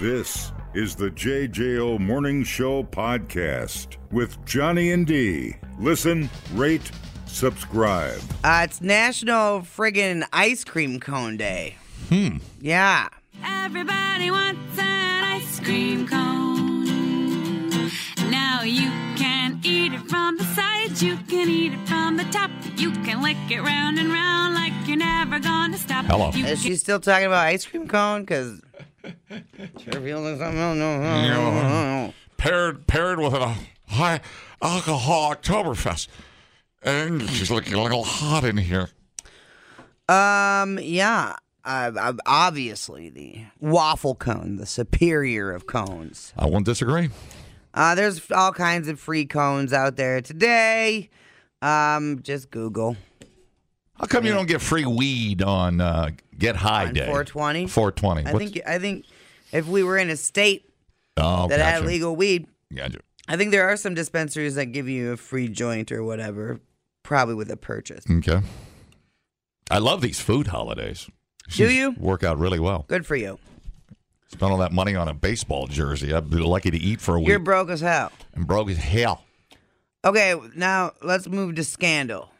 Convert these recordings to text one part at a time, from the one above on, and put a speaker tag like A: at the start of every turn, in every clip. A: This is the JJO Morning Show podcast with Johnny and D. Listen, rate, subscribe.
B: Uh, it's National Friggin' Ice Cream Cone Day.
C: Hmm.
B: Yeah.
D: Everybody wants an ice cream cone. Now you can eat it from the sides, you can eat it from the top, you can lick it round and round like you're never gonna stop.
C: Hello.
D: You
B: Is she still talking about ice cream cone? Because sure feels like something. No, no, no, no, no, no.
C: Paired paired with a high alcohol Oktoberfest. And she's looking a little hot in here.
B: Um, yeah. Uh, ob- obviously, the waffle cone, the superior of cones.
C: I won't disagree.
B: Uh, there's all kinds of free cones out there today. Um, just Google.
C: How come you don't get free weed on uh, Get High
B: On
C: Day?
B: 420?
C: 420.
B: I
C: What's-
B: think. I think if we were in a state
C: oh,
B: that
C: gotcha.
B: had legal weed,
C: Gotcha.
B: I think there are some dispensaries that give you a free joint or whatever, probably with a purchase.
C: Okay. I love these food holidays.
B: Do you?
C: Work out really well.
B: Good for you.
C: Spent all that money on a baseball jersey. I'd be lucky to eat for a week.
B: You're broke as hell.
C: and broke as hell.
B: Okay, now let's move to scandal.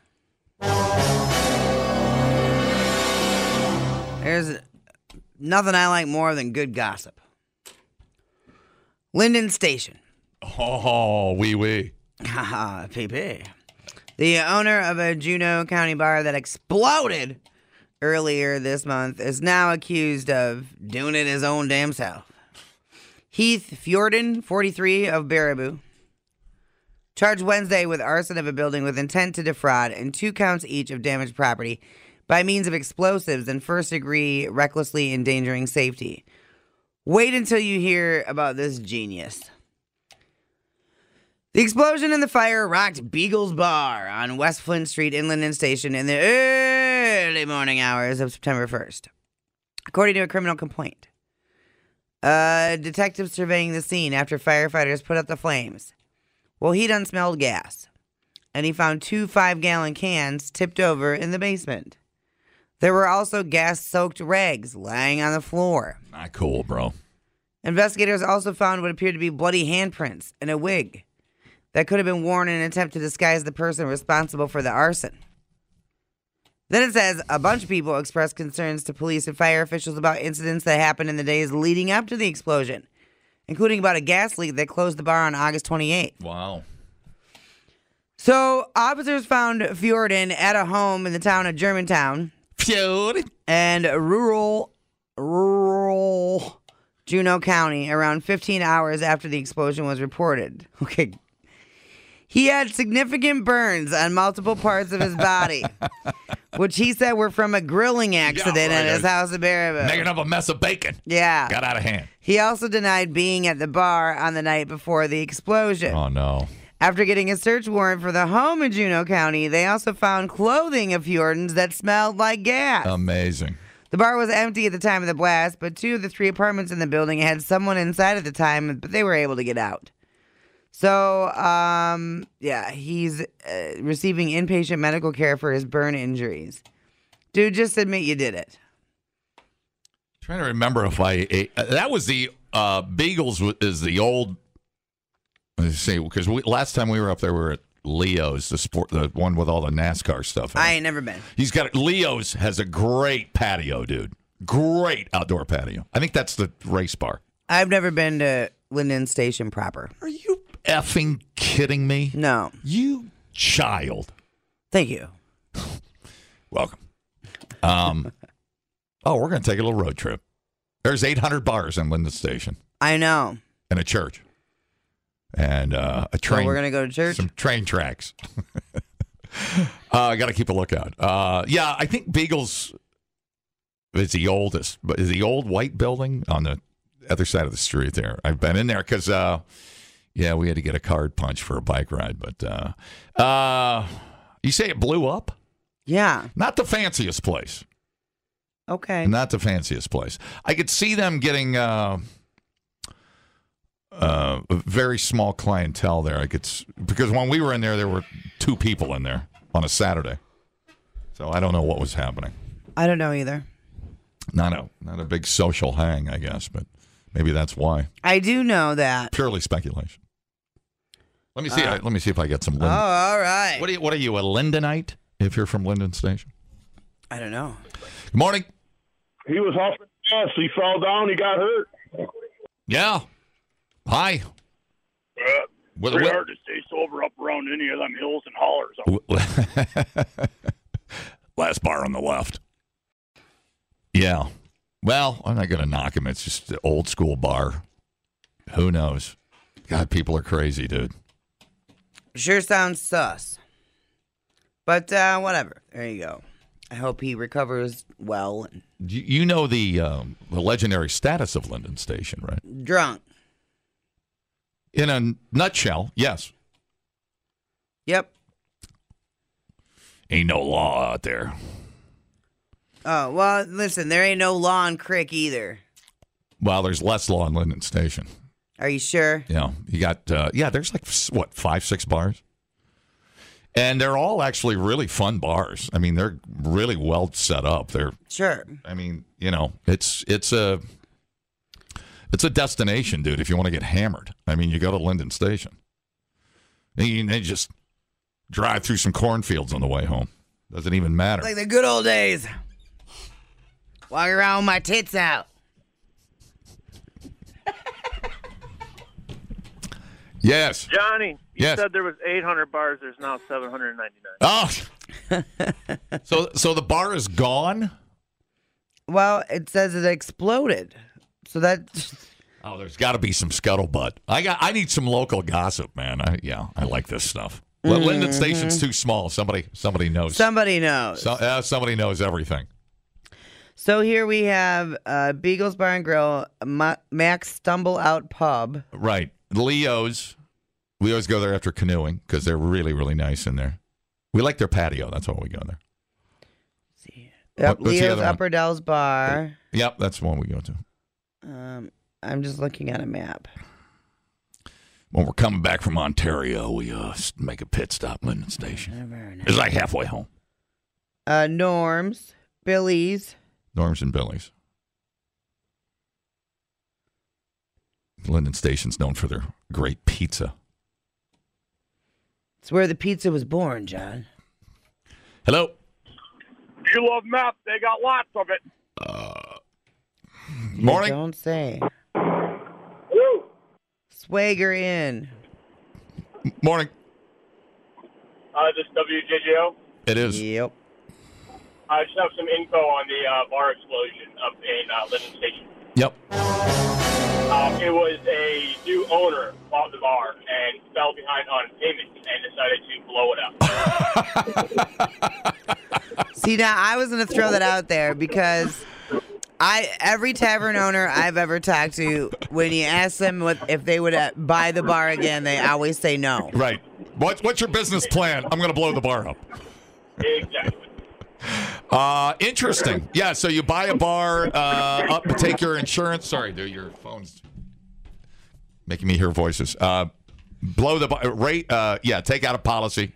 B: There's nothing I like more than good gossip. Linden Station.
C: Oh, wee wee.
B: Haha, PP. The owner of a Juneau County bar that exploded earlier this month is now accused of doing it his own damn self. Heath Fjorden, 43, of Baraboo, charged Wednesday with arson of a building with intent to defraud and two counts each of damaged property by means of explosives and first degree recklessly endangering safety. Wait until you hear about this genius. The explosion and the fire rocked Beagle's Bar on West Flint Street in Linden Station in the early morning hours of September 1st, according to a criminal complaint. Uh, detectives surveying the scene after firefighters put out the flames. Well, he done smelled gas, and he found two five gallon cans tipped over in the basement. There were also gas soaked rags lying on the floor.
C: Not cool, bro.
B: Investigators also found what appeared to be bloody handprints and a wig that could have been worn in an attempt to disguise the person responsible for the arson. Then it says a bunch of people expressed concerns to police and fire officials about incidents that happened in the days leading up to the explosion, including about a gas leak that closed the bar on August 28th.
C: Wow.
B: So, officers found Fjorden at a home in the town of Germantown
C: Feud.
B: and rural rural Juneau County around 15 hours after the explosion was reported. Okay. He had significant burns on multiple parts of his body, which he said were from a grilling accident at
C: right.
B: his house in Baraboo.
C: Making up a mess of bacon.
B: Yeah.
C: Got out of hand.
B: He also denied being at the bar on the night before the explosion.
C: Oh, no.
B: After getting a search warrant for the home in Juneau County, they also found clothing of Fjorden's that smelled like gas.
C: Amazing.
B: The bar was empty at the time of the blast, but two of the three apartments in the building had someone inside at the time, but they were able to get out. So, um, yeah, he's uh, receiving inpatient medical care for his burn injuries. Dude, just admit you did it.
C: Trying to remember if I ate. uh, That was the uh, Beagles w- is the old. Let's see, because we, last time we were up there, we were at Leo's, the sport, the one with all the NASCAR stuff. in it.
B: I ain't never been.
C: He's got Leo's has a great patio, dude. Great outdoor patio. I think that's the race bar.
B: I've never been to Linden Station proper.
C: Are you effing kidding me?
B: No,
C: You child.
B: thank you.
C: Welcome. Um. oh, we're gonna take a little road trip. There's 800 bars in Linden Station
B: I know.
C: and a church and uh, a
B: So
C: train.
B: we're gonna go to church.
C: some train tracks. uh, Got to keep a lookout. Uh, yeah, I think Beagles is the oldest, but is the old white building on the other side of the street there. I've been in there because, uh, yeah, we had to get a card punch for a bike ride. But uh, uh, you say it blew up?
B: Yeah.
C: Not the fanciest place.
B: Okay.
C: Not the fanciest place. I could see them getting uh, uh, a very small clientele there. I could s- because when we were in there, there were two people in there on a Saturday. So I don't know what was happening.
B: I don't know either.
C: Not a not a big social hang, I guess, but Maybe that's why.
B: I do know that.
C: Purely speculation. Let me see. I- let me see if I get some.
B: Oh,
C: Linden.
B: all right.
C: what, are you, what are you, a Lindenite? If you're from Linden Station.
B: I don't know.
C: Good morning.
E: He was hauling ass. He fell down. He got hurt.
C: Yeah. Hi. What-
E: Pretty
C: what-
E: hard to stay sober up around any of them hills and hollers.
C: Last bar on the left. Yeah. Well, I'm not going to knock him. It's just the old school bar. Who knows? God, people are crazy, dude.
B: Sure sounds sus. But uh, whatever. There you go. I hope he recovers well and
C: You, you know the um, the legendary status of Linden Station, right?
B: drunk.
C: In a nutshell, yes.
B: Yep.
C: Ain't no law out there.
B: Oh, well, listen, there ain't no law in Crick either.
C: Well, there's less law in Linden Station.
B: Are you sure?
C: Yeah, you got uh, yeah. There's like s- what five, six bars, and they're all actually really fun bars. I mean, they're really well set up. They're
B: Sure.
C: I mean, you know, it's it's a it's a destination, dude. If you want to get hammered, I mean, you go to Linden Station, and you, and you just drive through some cornfields on the way home. Doesn't even matter.
B: Like the good old days. Walk around with my tits out.
C: yes.
F: Johnny, you
C: Yes.
F: said there was 800 bars. There's now 799.
C: Oh. so so the bar is gone.
B: Well, it says it exploded. So that
C: Oh, there's got to be some scuttlebutt. I got. I need some local gossip, man. I, yeah, I like this stuff. Well, Linden Station's too small. Somebody, somebody knows.
B: somebody knows.
C: So- uh, somebody knows everything.
B: So here we have uh, Beagles Bar and Grill, Ma- Max Stumble Out Pub.
C: Right. Leo's. We always go there after canoeing because they're really, really nice in there. We like their patio. That's why we go there.
B: Yep,
C: what's the
B: Leo's
C: other one?
B: Upper Dells Bar.
C: Yep, that's the one we go to.
B: Um, I'm just looking at a map.
C: When we're coming back from Ontario, we uh, s- make a pit stop at Linden Station. It's like halfway home.
B: Uh, Norms, Billy's.
C: Norms and Billy's. Linden Station's known for their great pizza.
B: It's where the pizza was born, John.
C: Hello.
E: You love meth. They got lots of it.
C: Morning.
B: Don't say.
E: Woo!
B: Swagger Inn.
C: Morning.
E: Uh, this WJJO.
C: It is.
B: Yep.
E: I just have some info on the uh, bar explosion up in uh, Linden Station.
C: Yep.
G: Uh,
E: Um, it was a new owner bought the bar and fell behind on payments and decided to blow it up.
B: See now, I was gonna throw that out there because I every tavern owner I've ever talked to, when you ask them what if they would uh, buy the bar again, they always say no.
C: Right. What, what's your business plan? I'm going to blow the bar up.
E: exactly.
C: Uh, interesting. Yeah. So you buy a bar, uh, up, take your insurance. Sorry, dude, your phone's making me hear voices. Uh, blow the bar. Rate. Uh, yeah. Take out a policy.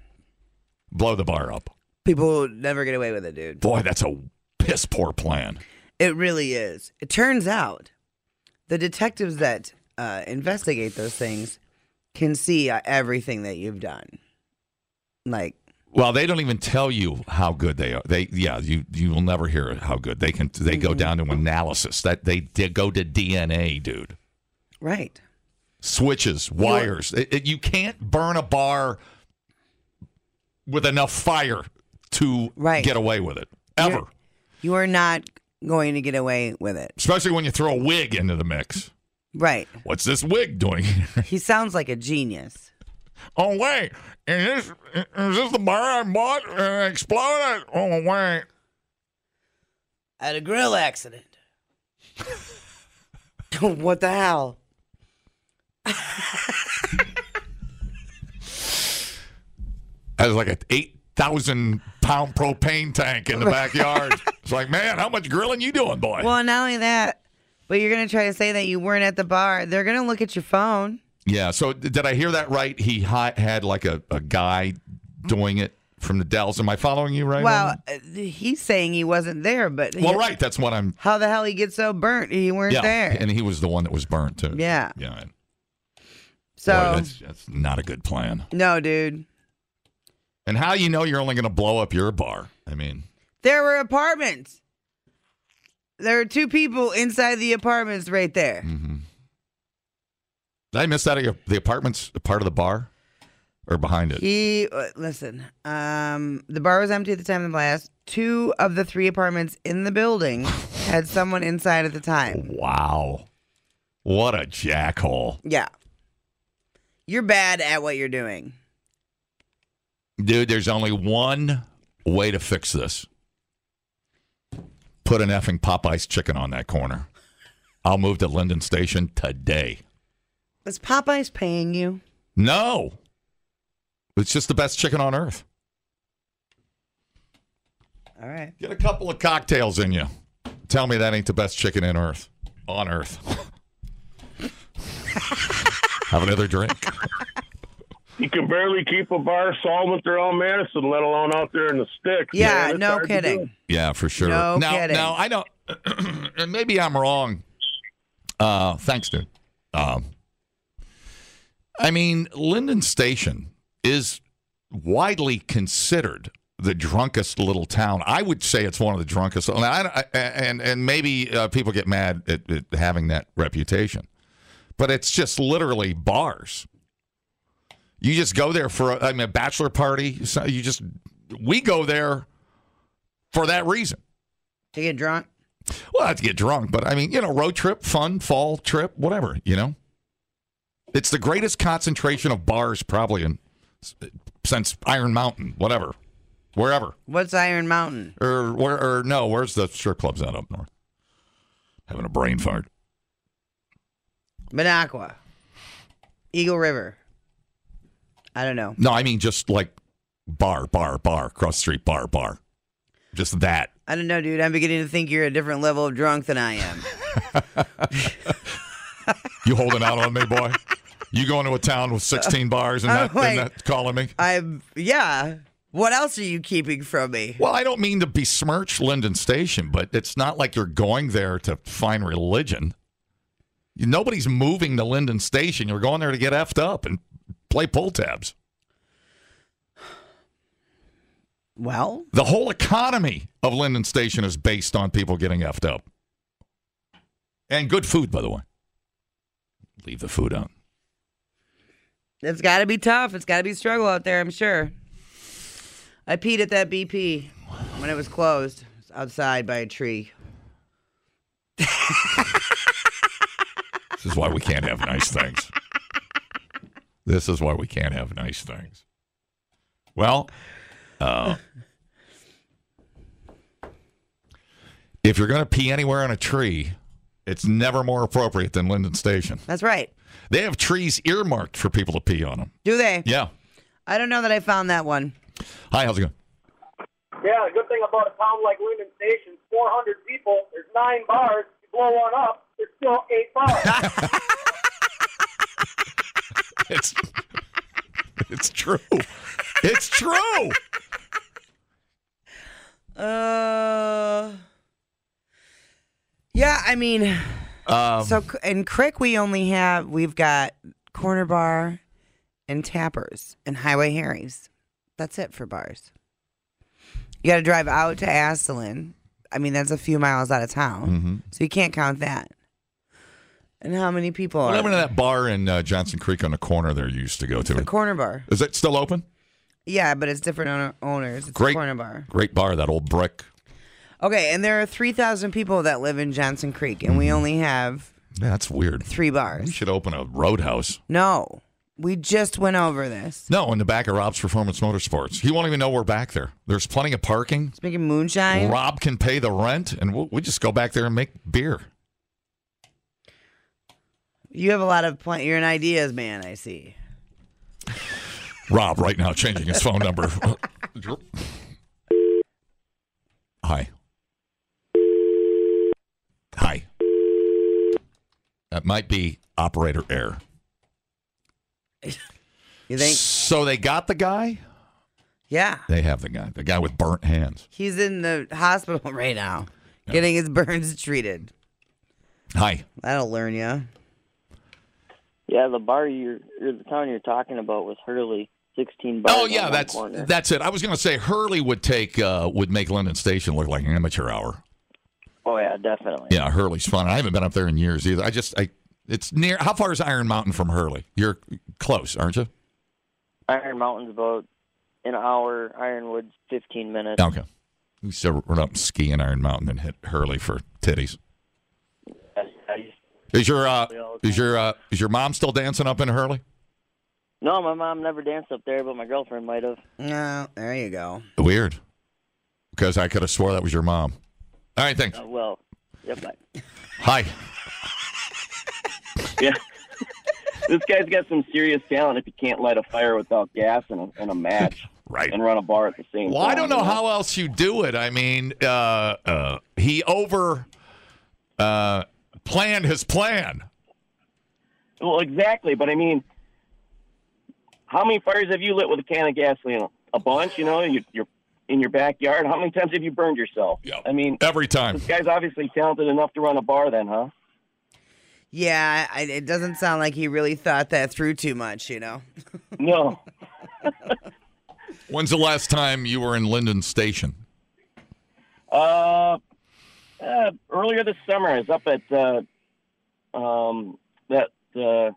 C: Blow the bar up.
B: People never get away with it, dude.
C: Boy, that's a piss poor plan.
B: It really is. It turns out the detectives that uh, investigate those things can see uh, everything that you've done. Like,
C: Well, they don't even tell you how good they are. They yeah, you you will never hear how good they can. They go down to analysis. That they, they go to DNA, dude.
B: right.
C: Switches, wires. It- it- you can't burn a bar with enough fire to
B: Right.
C: get away with it ever.
B: You're- You are not going to get away with it.
C: Especially when you throw a wig into the mix.
B: Right.
C: What's this wig doing?
B: He sounds like a genius.
C: oh wait, is this is this the bar I bought and it exploded? Oh wait.
B: At a grill accident. what the hell?
C: has like an 8,000 pound propane tank in the backyard. it's like, man, how much grilling you doing, boy?
B: Well, not only that, but you're going to try to say that you weren't at the bar. They're going to look at your phone.
C: Yeah. So did I hear that right? He hi- had like a, a guy doing it from the Dells. Am I following you right?
B: well,
C: Roman?
B: uh, he's saying he wasn't there, but
C: well,
B: he-
C: right. That's what I'm.
B: How the hell he gets so burnt? He weren't
C: yeah,
B: there.
C: and he was the one that was burnt too.
B: Yeah.
C: yeah. and-
B: so
C: boy, that's, that's not a good plan.
B: no, dude.
C: And how you know you're only going to blow up your bar? I mean,
B: There were apartments. There were two people inside the apartments right there.
C: Mm. did I miss out of your, the apartments the part of the bar or behind it?
B: He uh, listen. Um, the bar was empty at the time of the blast. Two of the three apartments in the building had someone inside at the time.
C: wow, what a jackhole,
B: Yeah, you're bad at what you're doing.
C: dude! There's only one way to fix this. Put an effing Popeyes chicken on that corner. I'll move to Linden Station today.
B: Is Popeyes paying you?
C: No. It's just the best chicken on earth.
B: All right.
C: Get a couple of cocktails in you. Tell me that ain't the best chicken in earth. On earth. Have another drink.
E: You can barely keep a bar solvent there on Madison, let alone out there in the sticks.
B: Yeah,
E: man. It's
B: no
E: hard to do.
B: kidding.
C: Yeah, for sure.
B: No
C: now,
B: kidding.
C: now I don't and maybe I'm wrong. Uh thanks, dude. Um I mean, Linden Station is widely considered the drunkest little town. I would say it's one of the drunkest. And I, I- and, and maybe uh, people get mad at, at having that reputation, but it's just literally bars. You just go there for a, I mean, a bachelor party. So you just we go there for that reason.
B: To get drunk?
C: Well, not to get drunk, but I mean, you know, road trip, fun, fall trip, whatever, you know? It's the greatest concentration of bars probably in since Iron Mountain, whatever, wherever.
B: What's Iron Mountain?
C: Or, where, or no, where's the strip clubs out up north? Having a brain fart.
B: Minocqua. Eagle River. I don't know.
C: No, I mean, just like bar, bar, bar, cross the street, bar, bar. Just that.
B: I don't know, dude. I'm beginning to think you're a different level of drunk than I am.
C: You holding out on me, boy? You going to a town with 16 bars and,
B: Oh,
C: that,
B: wait.
C: and that calling me?
B: I'm, yeah. What else are you keeping from me?
C: Well, I don't mean to besmirch Linden Station, but it's not like you're going there to find religion. Nobody's moving to Linden Station. You're going there to get effed up and play pull tabs.
B: Well,
C: The whole economy of Linden Station is based on people getting effed up. And good food, by the way. Leave the food out.
B: it's got to be tough. It's got to be a struggle out there, I'm sure. I peed at that BP when it was closed It was outside by a tree.
C: This is why we can't have nice things. This is why we can't have nice things. Well, uh, if you're going to pee anywhere on a tree, it's never more appropriate than Linden Station.
B: That's right.
C: They have trees earmarked for people to pee on them.
B: Do they?
C: Yeah.
B: I don't know that I found that one.
C: Hi, how's it going?
H: Yeah, the good thing about a town like Linden Station, 400 people, there's nine bars. You blow one up, there's still eight bars.
C: It's it's true. It's true.
B: Uh, yeah, I mean,
C: Um,
B: so c- in Crick we only have we've got Corner Bar and Tappers and Highway Harry's. That's it for bars. You got to drive out to Asselin. I mean, that's a few miles out of town, so you can't count that. And how many people
C: what
B: are
C: happened to that bar in uh, Johnson Creek on the corner there you used to go
B: the
C: to?
B: Corner Bar?
C: Is it still open?
B: Yeah, but it's different owner- owners. It's a
C: Great.
B: Corner Bar.
C: Great bar, that old brick.
B: Okay, and there are three thousand people that live in Johnson Creek, and we only have
C: Yeah, that's weird.
B: three bars.
C: We should open a roadhouse.
B: No, we just went over this.
C: No, in the back of Rob's Performance Motorsports. He won't even know we're back there. There's plenty of parking.
B: Speaking of moonshine,
C: Rob can pay the rent, and we'll, we just go back there and make beer.
B: you have a lot of pl- you're an ideas man. I see.
C: Rob, right now, changing his phone number. Hi. Hi. That might be operator error.
B: You think
C: So they got the guy?
B: Yeah.
C: They have the guy, the guy with burnt hands.
B: He's in the hospital right now getting his burns treated.
C: Hi.
B: That'll learn you.
I: Yeah, the bar you're, or the town you're talking about was Hurley, sixteen bars.
C: Oh
I: on
C: yeah,
I: one
C: that's
I: corner.
C: that's it. I was going to say Hurley would take uh, would make London Station look like an amateur hour.
I: Oh yeah, definitely.
C: Yeah, Hurley's fun. I haven't been up there in years either. I just I it's near. How far is Iron Mountain from Hurley? You're close, aren't you?
I: Iron Mountain's about an hour. Ironwood's fifteen minutes.
C: Okay. We used to run up and ski in Iron Mountain and hit Hurley for titties.
I: I- I used-
C: Is your uh, is your uh, is your mom still dancing up in Hurley?
I: No, my mom never danced up there, but my girlfriend might have.
B: No, there you go.
C: Weird, because I could have swore that was your mom. All right, thanks.
I: Uh, well, yep. I,
C: Hi.
G: Yeah. this guy's got some serious talent if he can't light a fire without gas and a, and a match
C: Right.
G: and run a bar at the same
C: Well,
G: time.
C: I don't know
G: you
C: how else you do it. I mean, uh, uh, he over uh, planned his plan.
G: Well, exactly. But I mean, how many fires have you lit with a can of gasoline? A bunch, you know, you, you're in your backyard. How many times have you burned yourself?
C: Yeah.
G: I mean,
C: Every time.
G: this guy's obviously talented enough to run a bar then, huh?
B: Yeah, I, it doesn't sound like he really thought that through too much, you know?
G: No.
C: When's the last time you were in Linden Station?
G: Uh, uh, earlier this summer, I was up at uh, um, that uh,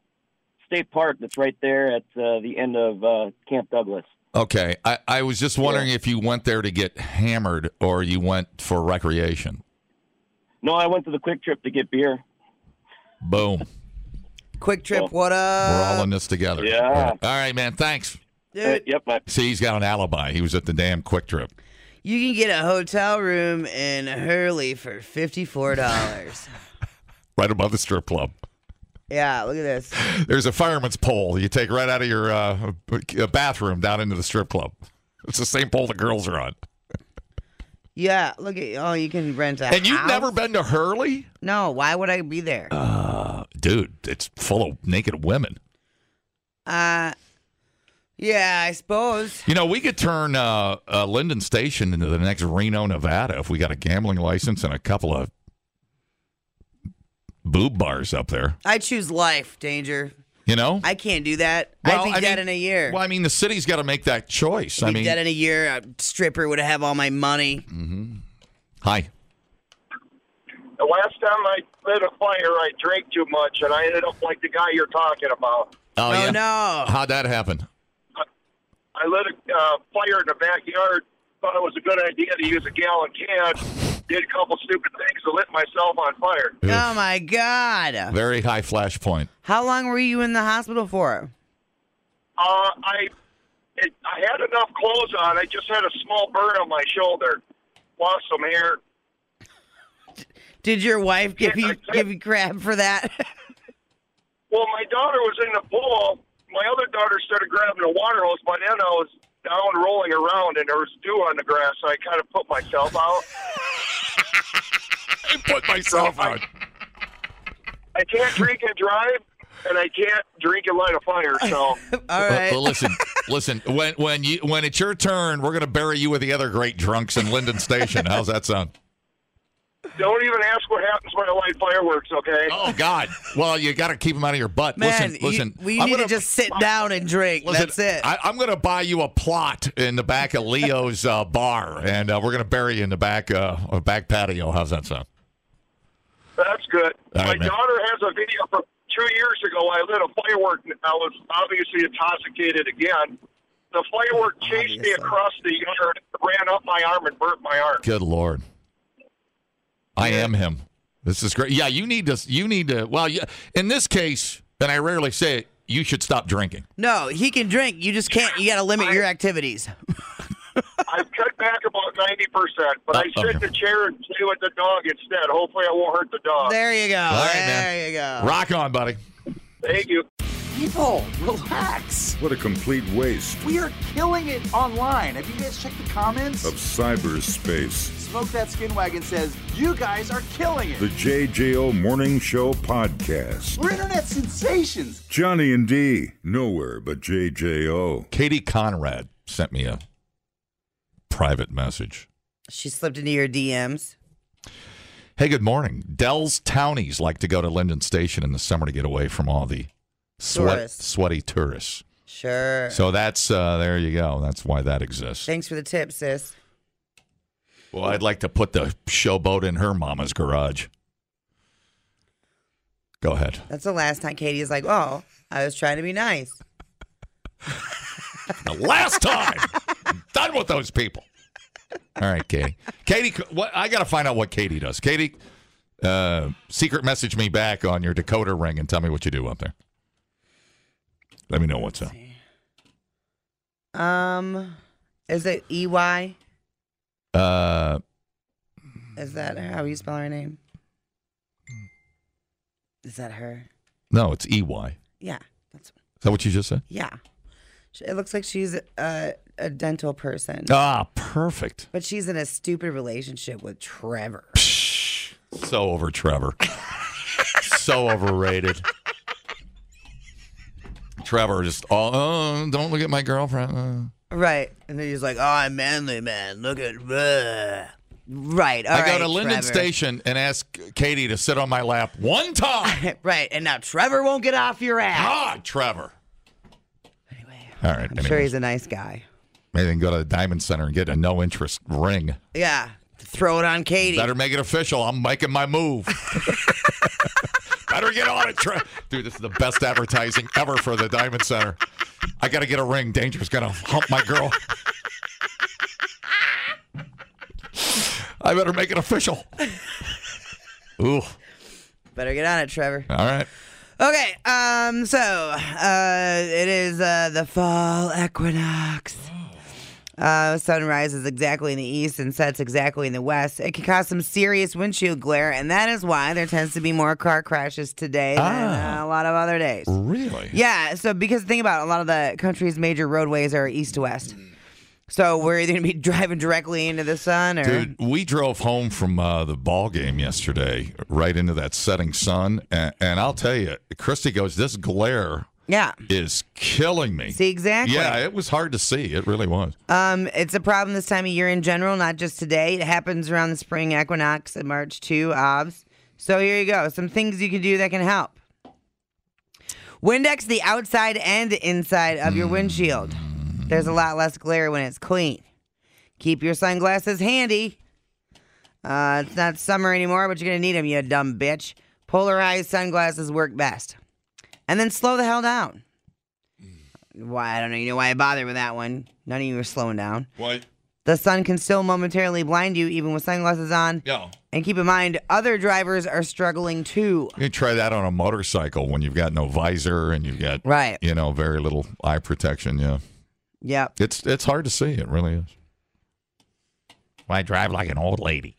G: state park that's right there at uh, the end of uh, Camp Douglas.
C: Okay, I, I was just wondering if you went there to get hammered or you went for recreation.
G: No, I went to the Quick Trip to get beer.
C: Boom.
B: Quick trip,
G: Well,
B: what up?
C: We're all in this together.
G: yeah.
C: All right, man. Thanks.
G: Uh,
B: Dude,
G: yep, I,
C: See, he's got an alibi. He was at the damn quick trip.
B: you can get a hotel room in Hurley for $54.
C: Right above the strip club.
B: yeah, look at this.
C: There's a fireman's pole you take right out of your uh, bathroom down into the strip club. It's the same pole the girls are on.
B: Yeah, look at oh, you can rent a
C: And you've
B: house?
C: never been to Hurley?
B: No, why would I be there? Uh,
C: Dude, it's full of naked women.
B: Uh, yeah, I suppose.
C: You know, we could turn uh, uh, Linden Station into the next Reno, Nevada if we got a gambling license and a couple of boob bars up there.
B: I choose life, danger.
C: You know?
B: I can't do that.
C: Well,
B: I'd be
C: I
B: dead in
C: mean-
B: a year.
C: Well, I mean, the city's got to make that choice. I
B: I'd be
C: mean,
B: dead in a year. A stripper would have all my money.
C: hi.
E: The last time I lit a fire, I drank too much, and I ended up like the guy you're talking about.
C: Oh, yeah?
B: no.
C: How'd that happen?
E: I lit a uh, fire in the backyard. Thought it was a good idea to use a gallon can. Did a couple stupid things to lit myself on fire.
B: Oh my God!
C: Very high flash point.
B: How long were you in the hospital for?
E: Uh, I it, I had enough clothes on. I just had a small burn on my shoulder. Lost some hair.
B: Did your wife give
E: Yeah,
B: you
E: I-
B: give you crap for that?
E: Well, my daughter was in the pool. My other daughter started grabbing the water hose. By then, I was down rolling around, and there was dew on the grass. So I kind of put myself out.
C: I put myself on.
E: I can't drink and drive, and I can't drink and light a fire. So
B: all
C: Well,
B: right.
C: well, listen, listen. When when you when it's your turn, we're gonna bury you with the other great drunks in Linden Station. How's that sound?
E: don't even ask what happens when I light fireworks. Okay.
C: Oh God! Well, you got to keep them out of your butt.
B: Man,
C: listen,
B: you-
C: listen.
B: we
C: I'm
B: need
C: gonna-
B: to just sit down and drink.
C: listen,
B: That's it.
C: I, I'm gonna buy you a plot in the back of Leo's uh, bar, and uh, we're gonna bury you in the back uh, uh, back patio. How's that sound?
E: That's good.
C: All
E: My
C: right, man.
E: daughter has a video from two years ago. I lit a firework. and I was obviously intoxicated again. The firework chased
B: Obviously.
E: me across the yard, ran up my arm, and burnt my arm.
C: Good lord, I am him. This is great. Yeah, you need to. You need to. Well, you, in this case, and I rarely say it, you should stop drinking.
B: no, he can drink. You just can't. You got to limit your activities.
E: I've cut back about 90%, but I
C: Uh,
E: sit in
C: okay.
E: the chair and play with the dog instead. Hopefully, I won't hurt the dog.
B: There you go.
C: All right,
B: there
C: man.
B: you go.
C: Rock on, buddy.
E: Thank you.
J: People, relax.
A: What a complete waste
J: We are killing it online. Have you guys checked the comments?
A: of cyberspace.
J: Smoke That Skin Wagon says, You guys are killing
A: The
J: it.
A: JJO Morning Show Podcast.
J: We're internet sensations.
A: Johnny and D, nowhere but JJO.
C: Katie Conrad sent me a private message.
B: She slipped into your DMs.
C: Hey, good morning. Dell's townies like to go to Linden Station in the summer to get away from all the sweat,
B: Tourists.
C: sweaty tourists.
B: Sure.
C: So that's uh, there you go. That's why that exists.
B: Thanks for the tip, sis.
C: Well, I'd like to put the showboat in her mama's garage. Go ahead.
B: That's the last time Katie is like, "Oh, I was trying to be nice."
C: The last time. Done with those people. All right, Katie. Katie, what, I got to find out what Katie does. Katie, uh, secret message me back on your Dakota ring and tell me what you do up there. Let me know what's up.
B: Um, is it E Y?
C: Uh,
B: Is that how you spell her name? Is that her?
C: no, it's EY.
B: Yeah,
C: Is that what you just said?
B: yeah. She- It looks like she's a, a dental person,
C: Ah, perfect.
B: but she's in a stupid relationship with Trevor.
C: So over Trevor. so overrated. Trevor just all oh, don't look at my girlfriend. Uh,
B: Right, and then he's like, "Oh, I'm manly man. Look at bleh." right." all
C: I go
B: right,
C: to Linden
B: Trevor.
C: Station and ask Katie to sit on my lap one time.
B: right, and now Trevor won't get off your ass.
C: God, Trevor. All right.
B: I'm sure he's a nice guy.
C: Maybe go to the Diamond Center and get a no interest ring.
B: Yeah, throw it on Katie.
C: Better make it official. I'm making my move. Better get on it, Trevor. Dude, this is the best advertising ever for the Diamond Center. I got to get a ring. Danger's going to hump my girl. I better make it official. Ooh.
B: Better get on it, Trevor.
C: All right.
B: Okay, um, so uh, it is uh, the fall equinox. Uh, sun rises exactly in the east and sets exactly in the west. It can cause some serious windshield glare, and that is why there tends to be more car crashes today than
C: Ah.
B: uh, a lot of other days.
C: Really?
B: Yeah, so because think about it, a lot of the country's major roadways are east to west. So we're either going to be driving directly into the sun or.
C: Dude, we drove home from uh, the ball game yesterday, right into that setting sun, and, and I'll tell you, Christy goes, "This glare
B: Yeah.
C: is killing me."
B: See, exactly.
C: Yeah, it was hard to see. It really was.
B: Um, it's a problem this time of year in general, not just today. It happens around the spring equinox and March 2, OBS. So here you go. Some things you can do that can help. Windex the outside and inside of your windshield. There's a lot less glare when it's clean. Keep your sunglasses handy. Uh, it's not summer anymore, but you're going to need them, you dumb bitch. Polarized sunglasses work best. And then slow the hell down. Why? I don't know. You know why I bother with that one. None of you are slowing down.
C: What?
B: The sun can still momentarily blind you, even with sunglasses on.
C: No.
B: And keep in mind, other drivers are struggling too.
C: You try that on a motorcycle when you've got no visor and you've got
B: Right.
C: you know, very little eye protection. Yeah,
B: Yep.
C: it's it's hard to see. It really is. I drive like an old lady.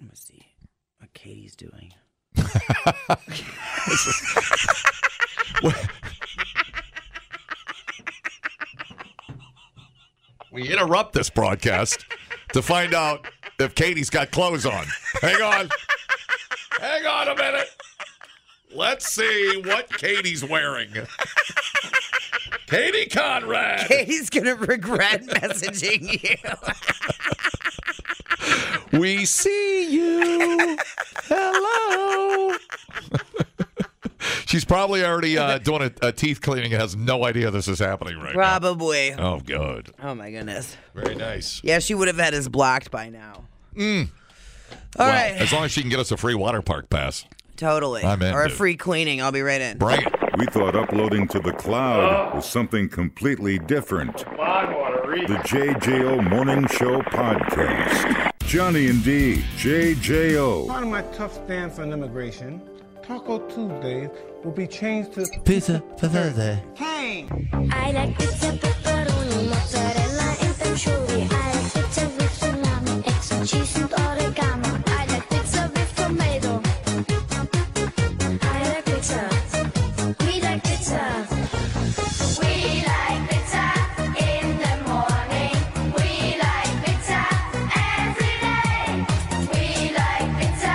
B: Let me see what Katie's doing.
C: We interrupt this broadcast to find out if Katie's got clothes on. Hang on. Hang on a minute. Let's see what Katie's wearing. Katie Conrad.
B: Katie's gonna regret messaging you.
C: We see you. Hello. She's probably already uh, doing a, a teeth cleaning and has no idea this is happening right
B: Probably.
C: now. Oh, good.
B: Oh my goodness.
C: Very nice.
B: Yeah, she would have had us blocked by now. Mm.
C: Well,
B: right.
C: As long as she can get us a free water park pass,
B: Totally.
C: I'm in,
B: or a
C: dude.
B: free cleaning. I'll be right in.
C: bring it.
A: We thought uploading to the cloud was something completely different. The JJO Morning Show Podcast. Johnny and D, JJO.
K: Part of my tough stance on immigration, Taco Tuesdays will be changed to
L: Pizza Thursday.
M: I like pizza pepperoni, mozzarella and pencioli. I like pizza with salami, extra cheese and oregano. I like pizza with tomato. I like pizza. We like pizza. We like pizza in the morning. We like pizza every day. We like pizza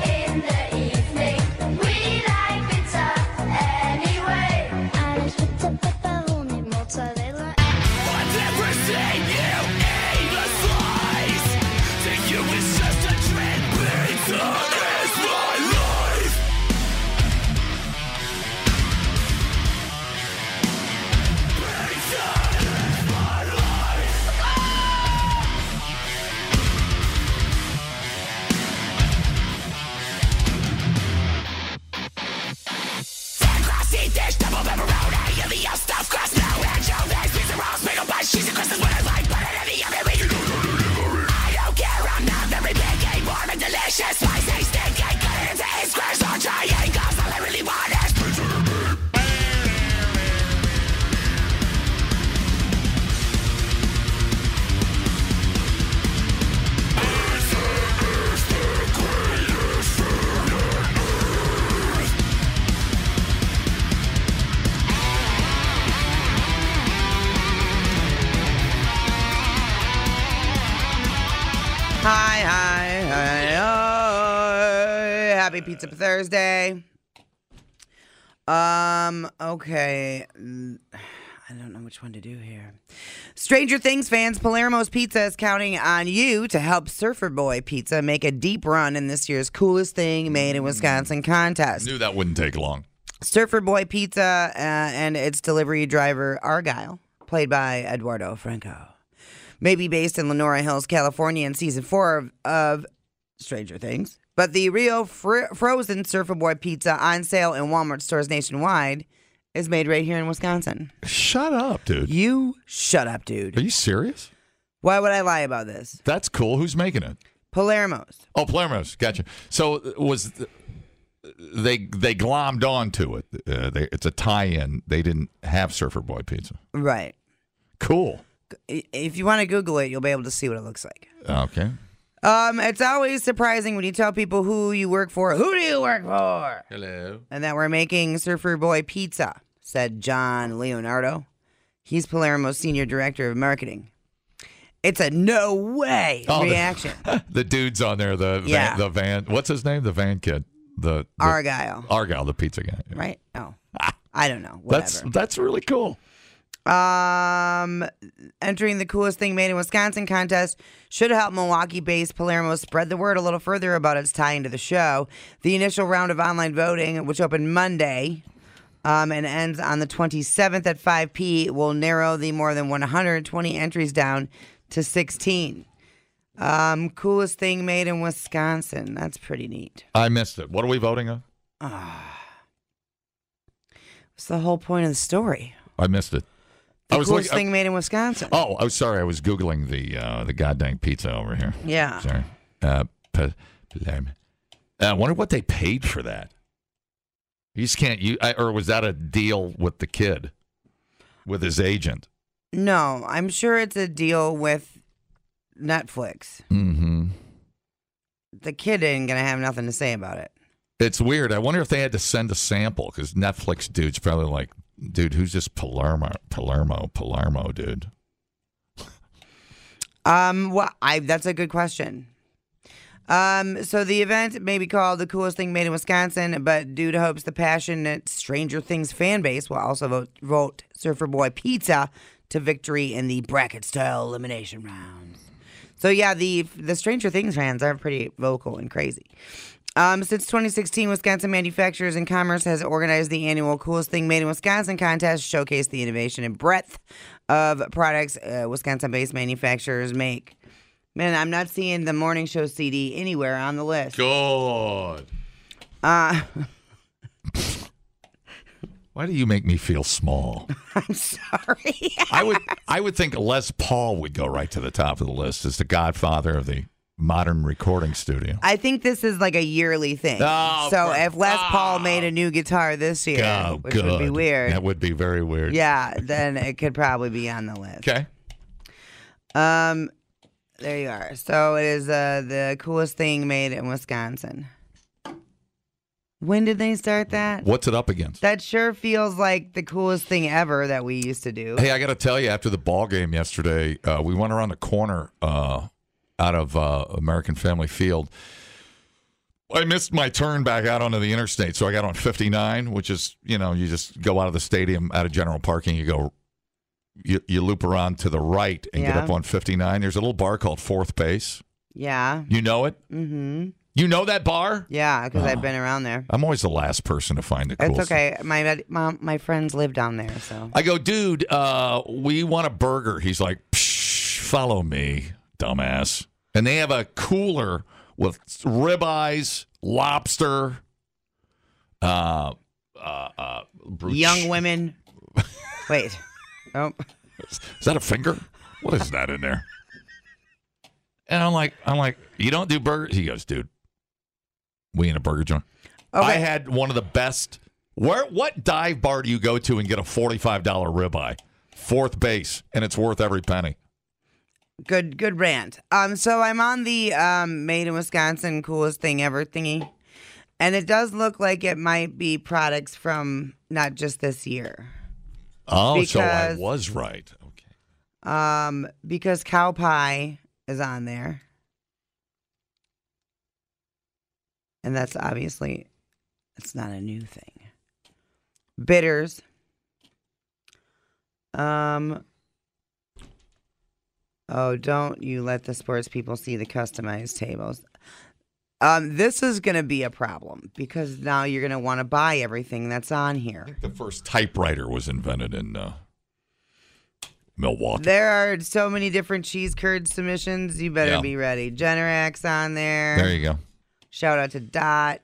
M: in the evening. We like pizza anyway. I like pizza pepperoni, mozzarella. What's everything you eat? Deep dish, double pepperoni. And the old stuff crust, no anchovies. Pizza rolls, pickle pies, cheese and crisps. What I like, but in the oven we I don't care, I'm not very picky. Warm and delicious, spicy, stinky. Cut it into eight squares or triangles. All I really want is pizza and meat.
B: Hi, hi, hi, hi. Happy Pizza Thursday. Um, okay. Mm, I don't know which one to do here. Stranger Things fans, Palermo's Pizza is counting on you to help Surfer Boy Pizza make a deep run in this year's coolest thing made in Wisconsin contest.
C: Knew that wouldn't take long.
B: Surfer Boy Pizza uh, and its delivery driver Argyle, played by Eduardo Franco, may be based in Lenora Hills, California, in season four of, of Stranger Things. But the Rio fr- frozen Surfer Boy Pizza on sale in Walmart stores nationwide is made right here in Wisconsin.
C: Shut up, dude.
B: You shut up, dude.
C: Are you serious?
B: Why would I lie about this?
C: That's cool. Who's making it?
B: Palermo's.
C: Oh, Palermo's. Gotcha. So uh, was th- they they glommed onto it? Uh, they, it's a tie-in. They didn't have Surfer Boy pizza.
B: Right.
C: Cool.
B: I- If you want to Google it, you'll be able to see what it looks like.
C: Okay.
B: Um, it's always surprising when you tell people who you work for. Who do you work for?
C: Hello.
B: And that we're making Surfer Boy pizza, said John Leonardo. He's Palermo's senior director of marketing. It's a no way
C: Oh, the-
B: reaction.
C: The dude's on there. The van,
B: Yeah.
C: the van. What's his name? The van kid. The, the
B: Argyle.
C: Argyle, the pizza guy. Yeah.
B: right? Oh, I don't know. Whatever.
C: That's that's really cool.
B: Um, entering the coolest thing made in Wisconsin contest should help Milwaukee-based Palermo spread the word a little further about its tie into the show. The initial round of online voting, which opened Monday, um, and ends on the 27th at 5 p, will narrow the more than 120 entries down to 16. Um, coolest thing made in Wisconsin. That's pretty neat.
C: I missed it. What are we voting on?
B: It's the whole point of the story.
C: I missed it.
B: The
C: I was
B: coolest
C: looking-
B: thing made in Wisconsin.
C: Oh, I was sorry. I was googling the uh, the goddamn pizza over here.
B: Yeah.
C: Sorry. Uh, pa- Palermo. Uh, I wonder what they paid for that. You just can't. You I- or was that a deal with the kid, with his agent?
B: No, I'm sure it's a deal with Netflix.
C: Mm-hmm.
B: The kid ain't gonna have nothing to say about it.
C: It's weird. I wonder if they had to send a sample because Netflix dude's probably like, dude, who's this Palermo, Palermo, Palermo dude?
B: Um, well, I that's a good question. Um, so the event may be called the coolest thing made in Wisconsin, but dude hopes the passionate Stranger Things fan base will also vote, vote Surfer Boy Pizza to victory in the bracket style elimination rounds. So yeah, the the Stranger Things fans are pretty vocal and crazy. Um, since 2016, Wisconsin Manufacturers and Commerce has organized the annual Coolest Thing Made in Wisconsin contest, to showcase the innovation and breadth of products uh, Wisconsin-based manufacturers make. Man, I'm not seeing the morning show CD anywhere on the list.
C: God.
B: Uh,
C: Why do you make me feel small?
B: I'm sorry.
C: I would I would think Les Paul would go right to the top of the list as the godfather of the modern recording studio.
B: I think this is like a yearly thing.
C: Oh,
B: so
C: for- ah.
B: if Les Paul made a new guitar this year,
C: oh,
B: which
C: good.
B: would be weird,
C: That would be very weird.
B: yeah, then it could probably be on the list.
C: Okay.
B: Um, there you are. So it is uh, the coolest thing made in Wisconsin. When did they start that?
C: What's it up against?
B: That sure feels like the coolest thing ever that we used to do.
C: Hey, I got to tell you, after the ball game yesterday, uh, we went around the corner uh, out of uh, American Family Field. I missed my turn back out onto the interstate, so I got on 59, which is you know you just go out of the stadium, out of general parking, you go, you, you loop around to the right and get
B: Yeah.
C: up on 59. There's a little bar called Fourth Base.
B: Yeah.
C: You know it.
B: Mm-hmm.
C: You know that bar.
B: Yeah, because I've been around there.
C: I'm always the last person to find the cool
B: It's okay. My mom, my friends live down there, so
C: I go, dude, uh, we want a burger. He's like, Psh, follow me, dumbass. And they have a cooler with ribeyes, lobster, uh, uh, uh, Bruch-
B: Young women. Wait. Oh.
C: Is that a finger? What is that in there? And I'm like, I'm like, you don't do burgers. He goes, dude, we in a burger joint. I had one of the best. Where? What dive bar do you go to and get a forty-five dollar ribeye, fourth base, and it's worth every penny?
B: Good good rant. Um so I'm on the um made in Wisconsin coolest thing ever thingy. And it does look like it might be products from not just this year.
C: Oh, so I
B: Because-
C: was right.
B: Um because cow pie is on there. And that's obviously it's not a new thing. Bitters. Um Oh, don't you let the sports people see the customized tables. Um, this is going to be a problem because now you're going to want to buy everything that's on here.
C: The first typewriter was invented in uh, Milwaukee.
B: There are so many different cheese curd submissions. You better
C: Yeah.
B: be ready. Generax on there.
C: There you go.
B: Shout out to Dot,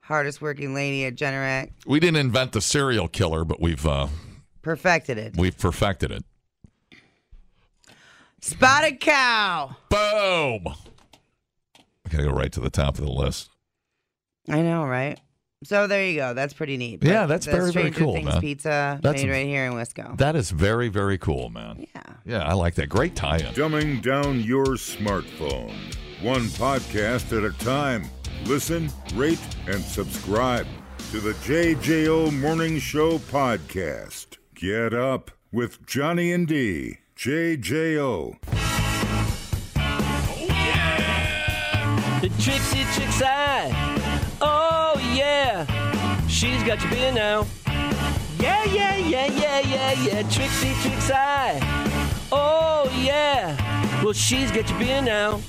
B: hardest working lady at Generac.
C: We didn't invent the serial killer, but we've uh,
B: Perfected it.
C: we've perfected it.
B: Spotted cow.
C: Boom. I gotta go right to the top of the list.
B: I know, right? So there you go. That's pretty neat.
C: Yeah,
B: But
C: that's
B: the
C: very, very
B: Stranger
C: cool,
B: Things
C: man.
B: Pizza
C: That's-
B: made right here in Wisco.
C: That is very, very cool, man. Yeah. Yeah, I like that. Great tie-in.
A: Dumbing down your smartphone. One podcast at a time. Listen, rate, and subscribe to the JJO Morning Show podcast. Get up with Johnny and D. JJO.
L: The Trixie Chicks Eye. Oh, yeah. She's got your beer now. Yeah, yeah, yeah, yeah, yeah, yeah. Trixie Chicks Eye. Oh, yeah. Well, she's got your beer now.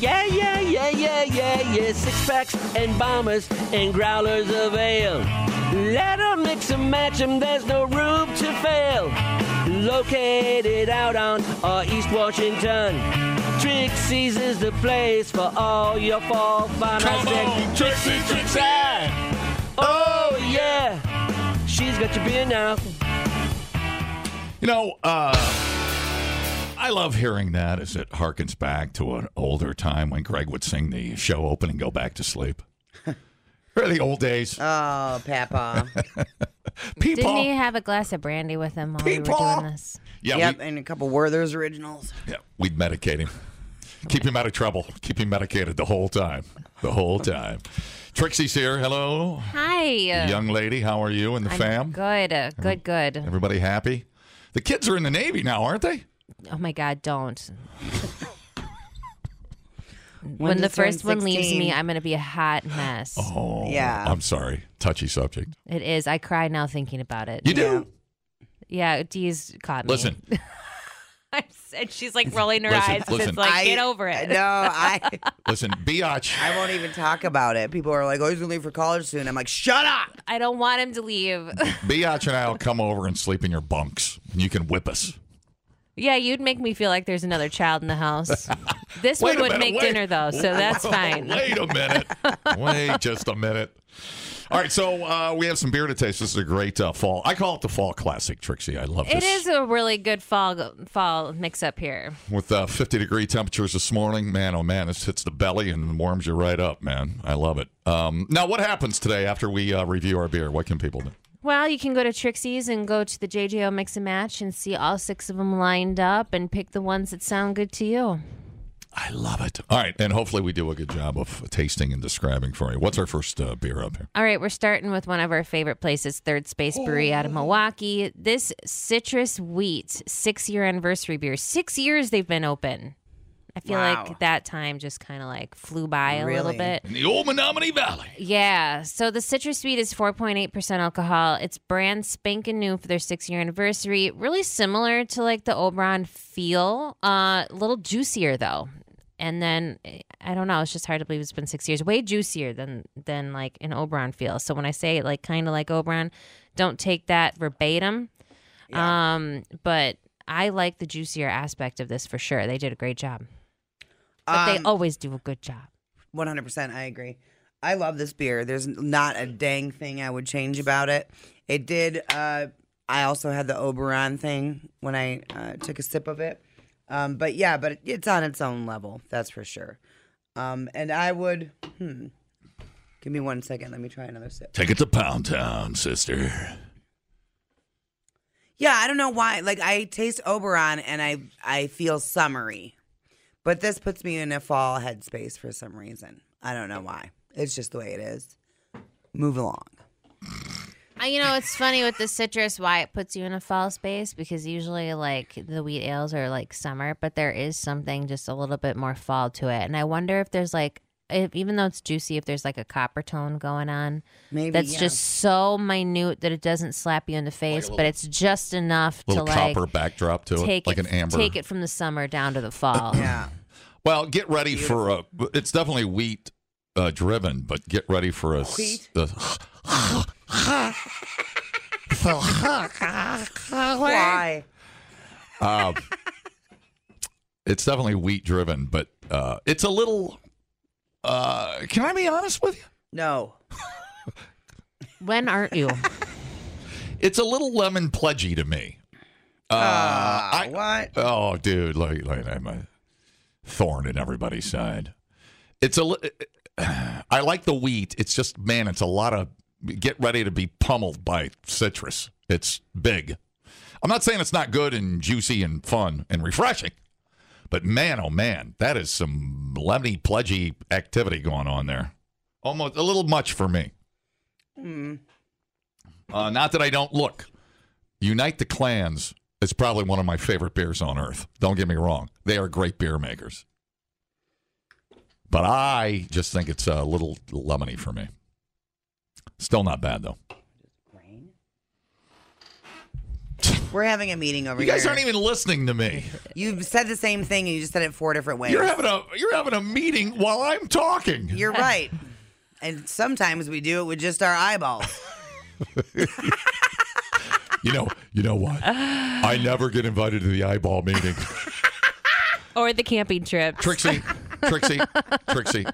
L: Yeah, yeah, yeah, yeah, yeah, yeah. Six packs and bombers and growlers of ale. Let 'em mix and match 'em, there's no room to fail. Located out on uh, East Washington, Trixie's is the place for all your fall fun. Come on, Trixie, Trixie! Oh, yeah. She's got your beer now.
C: You know, uh, I love hearing that as it harkens back to an older time when Greg would sing the show open and go back to sleep. Or the old days.
B: Oh, Papa.
N: Uh, Didn't he have a glass of brandy with him while we were doing this?
C: Yeah,
B: yep, and a couple Werther's originals.
C: Yeah, we'd medicate him. Keep him out of trouble. Keep him medicated the whole time. The whole time. Trixie's here. Hello.
N: Hi.
C: Young lady, how are you and the
N: I'm
C: fam?
N: Good. uh, Good, good.
C: Everybody happy? The kids are in the Navy now, aren't they?
N: Oh my God, don't. when
B: When
N: the
B: you turn
N: first one leaves
B: 16.
N: me, I'm going to be a hot mess.
C: Oh,
N: Yeah.
C: I'm sorry. Touchy subject.
N: It is. I cry now thinking about it.
C: You do?
N: Yeah, Dee's caught me.
C: Listen,
N: I'm s- and she's like rolling her
C: Listen,
N: eyes. 'cause
C: listen.
N: It's like,
B: I-
N: get over it.
B: No, I
C: listen, biatch.
B: I won't even talk about it. People are like, "Oh, he's gonna leave for college soon." I'm like, "Shut up!"
N: I don't want him to leave.
C: Biatch and I will come over and sleep in your bunks. And you can whip us.
N: yeah, you'd make me feel like there's another child in the house. This
C: Wait
N: one
C: a
N: would
C: minute,
N: make
C: wait.
N: dinner though, so that's fine.
C: Wait a minute. Wait just a minute. All right, so uh, we have some beer to taste. This is a great uh, fall. I call it the fall classic, Trixie. I love
N: It is
C: this.
N: a really good fall fall mix up here.
C: With uh, 50 degree temperatures this morning, man, oh man, this hits the belly and warms you right up, man. I love it. Um, now, what happens today after we uh, review our beer? What can people do?
N: Well, you can go to Trixie's and go to the JJO Mix and Match and see all six of them lined up and pick the ones that sound good to you.
C: I love it. All right, and hopefully we do a good job of tasting and describing for you. What's our first uh, beer up here?
N: All right, we're starting with one of our favorite places, Third Space Brewery out of
C: Oh.
N: Milwaukee. This citrus wheat six year anniversary beer. Six years they've been open. I feel
C: Wow.
N: like that time just kind of like flew by a little
C: Really?
N: bit.
C: In the old Menominee Valley.
N: Yeah. So the citrus sweet is 4.8% alcohol. It's brand spanking new for their six year anniversary. Really similar to like the Oberon feel, uh, a little juicier though. And then eh, I don't know. It's just hard to believe it's been six years. Way juicier than than like an Oberon feel. So when I say like kind of like Oberon, don't take that verbatim. Um, but I like the juicier aspect of this for sure. They did a great job. But they
B: Um,
N: always do a good job.
B: 100%. I agree. I love this beer. There's not a dang thing I would change about it. It did. Uh, I also had the Oberon thing when I uh, took a sip of it. Um, but yeah, but it's on its own level. That's for sure. Um, and I would. Hmm. Give me one second. Let me try another sip.
C: Take it to Pound Town, sister.
B: Yeah, I don't know why. Like I taste Oberon and I I feel summery, but this puts me in a fall headspace for some reason. I don't know why. It's just the way it is. Move along.
N: Uh, you know, it's funny with the citrus why it puts you in a fall space because usually, like, the wheat ales are like summer, but there is something just a little bit more fall to it. And I wonder if there's like, if, even though it's juicy, if there's like a copper tone going on,
B: Maybe,
N: that's
B: yeah.
N: just so minute that it doesn't slap you in the face, but
C: little-
N: it's just enough to
C: Little
N: like
C: copper backdrop to
N: take
C: it, like
N: it,
C: an amber.
N: take it from the summer down to the fall.
B: yeah,
C: Well, get ready for a. It's definitely wheat uh, driven, but get ready for a. s-
M: Wheat?
C: a-
B: Why?
C: uh, it's definitely wheat driven, but uh, it's a little. Uh, can I be honest with you?
B: No.
N: when aren't you?
C: It's a little lemon pledgy to me. Uh, I,
B: what?
C: Oh, dude, like like I'm a thorn in everybody's side. It's a. li- I like the wheat. It's just man, it's a lot of get ready to be pummeled by citrus. It's big. I'm not saying it's not good and juicy and fun and refreshing, but man, oh man, that is some lemony pledgy activity going on there. Almost a little much for me.
B: Hmm.
C: Uh, not that I don't look. Unite the Clans is probably one of my favorite beers on earth. Don't get me wrong; they are great beer makers. But I just think it's a little lemony for me. Still not bad though.
B: We're having a meeting over
C: You guys
B: here.
C: aren't even listening to me.
B: You've said the same thing and you just said it four different ways.
C: You're having a you're having a meeting while I'm talking.
B: You're right. And sometimes we do it with just our eyeballs.
C: You know, you know what? I never get invited to the eyeball meeting.
N: or the camping trip.
C: Trixie, Trixie, Trixie,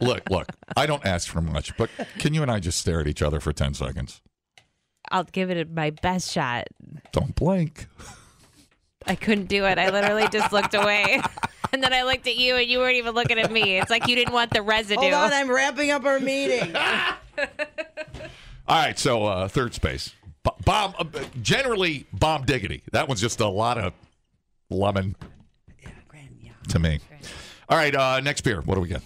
C: look, look. I don't ask for much, but can you and I just stare at each other for ten seconds?
N: I'll give it my best shot.
C: Don't blink.
N: I couldn't do it. I literally just looked away. And then I looked at you and you weren't even looking at me. It's like you didn't want the residue.
B: Hold on, I'm wrapping up our meeting.
C: All right, so uh, third space, B- Bob. Uh, generally, Bob Diggity. That one's just a lot of lemon to me. All right, uh, next beer. What do we got?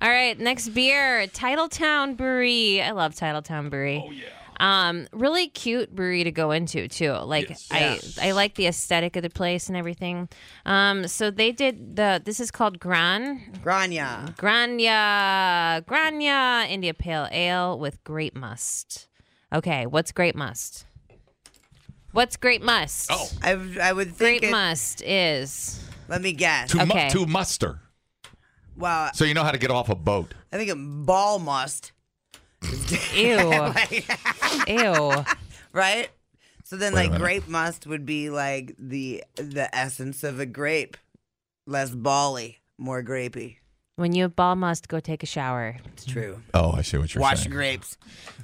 N: All right, next beer, Titletown Brewery. I love Titletown Brewery. Oh yeah. Um, really cute brewery to go into too. Like I, I like the aesthetic of the place and everything. Um, so they did the. This is called Gran.
B: Grania.
N: Grania. Grania India Pale Ale with grape must. Okay, what's grape must? What's grape must? Oh,
B: I, I would think
N: grape must is.
B: Let me guess.
C: To, mu- to muster.
B: Well,
C: So you know how to get off a boat.
B: I think it ball must.
N: Ew.
B: Like-
N: Ew.
B: Right? So then
C: Wait a
B: like
C: minute.
B: grape must would be like the the essence of a grape. Less bally, more grapey.
N: When you have ball must, go take a shower.
B: It's true.
C: Oh, I see what you're
B: Wash
C: saying.
B: grapes.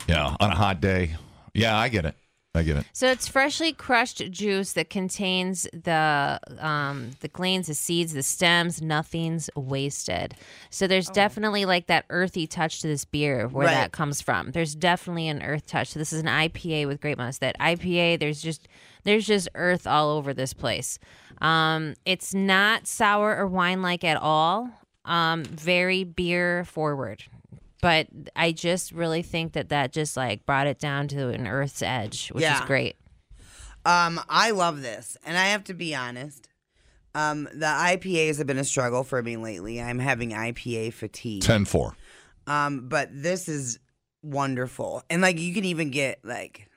C: Yeah, on a hot day. Yeah, I get it. I get it.
N: So it's freshly crushed juice that contains the um, the grains, the seeds, the stems. Nothing's wasted. So there's definitely like that earthy touch to this beer, where
O: Right.
N: that comes from. There's definitely an earth touch. So this is an IPA with grape must. That IPA, there's just there's just earth all over this place. Um, it's not sour or wine like at all. Um, very beer forward. But I just really think that that just like brought it down to an earth's edge, which
B: Yeah.
N: is great.
B: Um, I love this, and I have to be honest. Um, the IPAs have been a struggle for me lately. I'm having IPA fatigue.
C: 10 4.
B: Um, but this is wonderful, and like you can even get like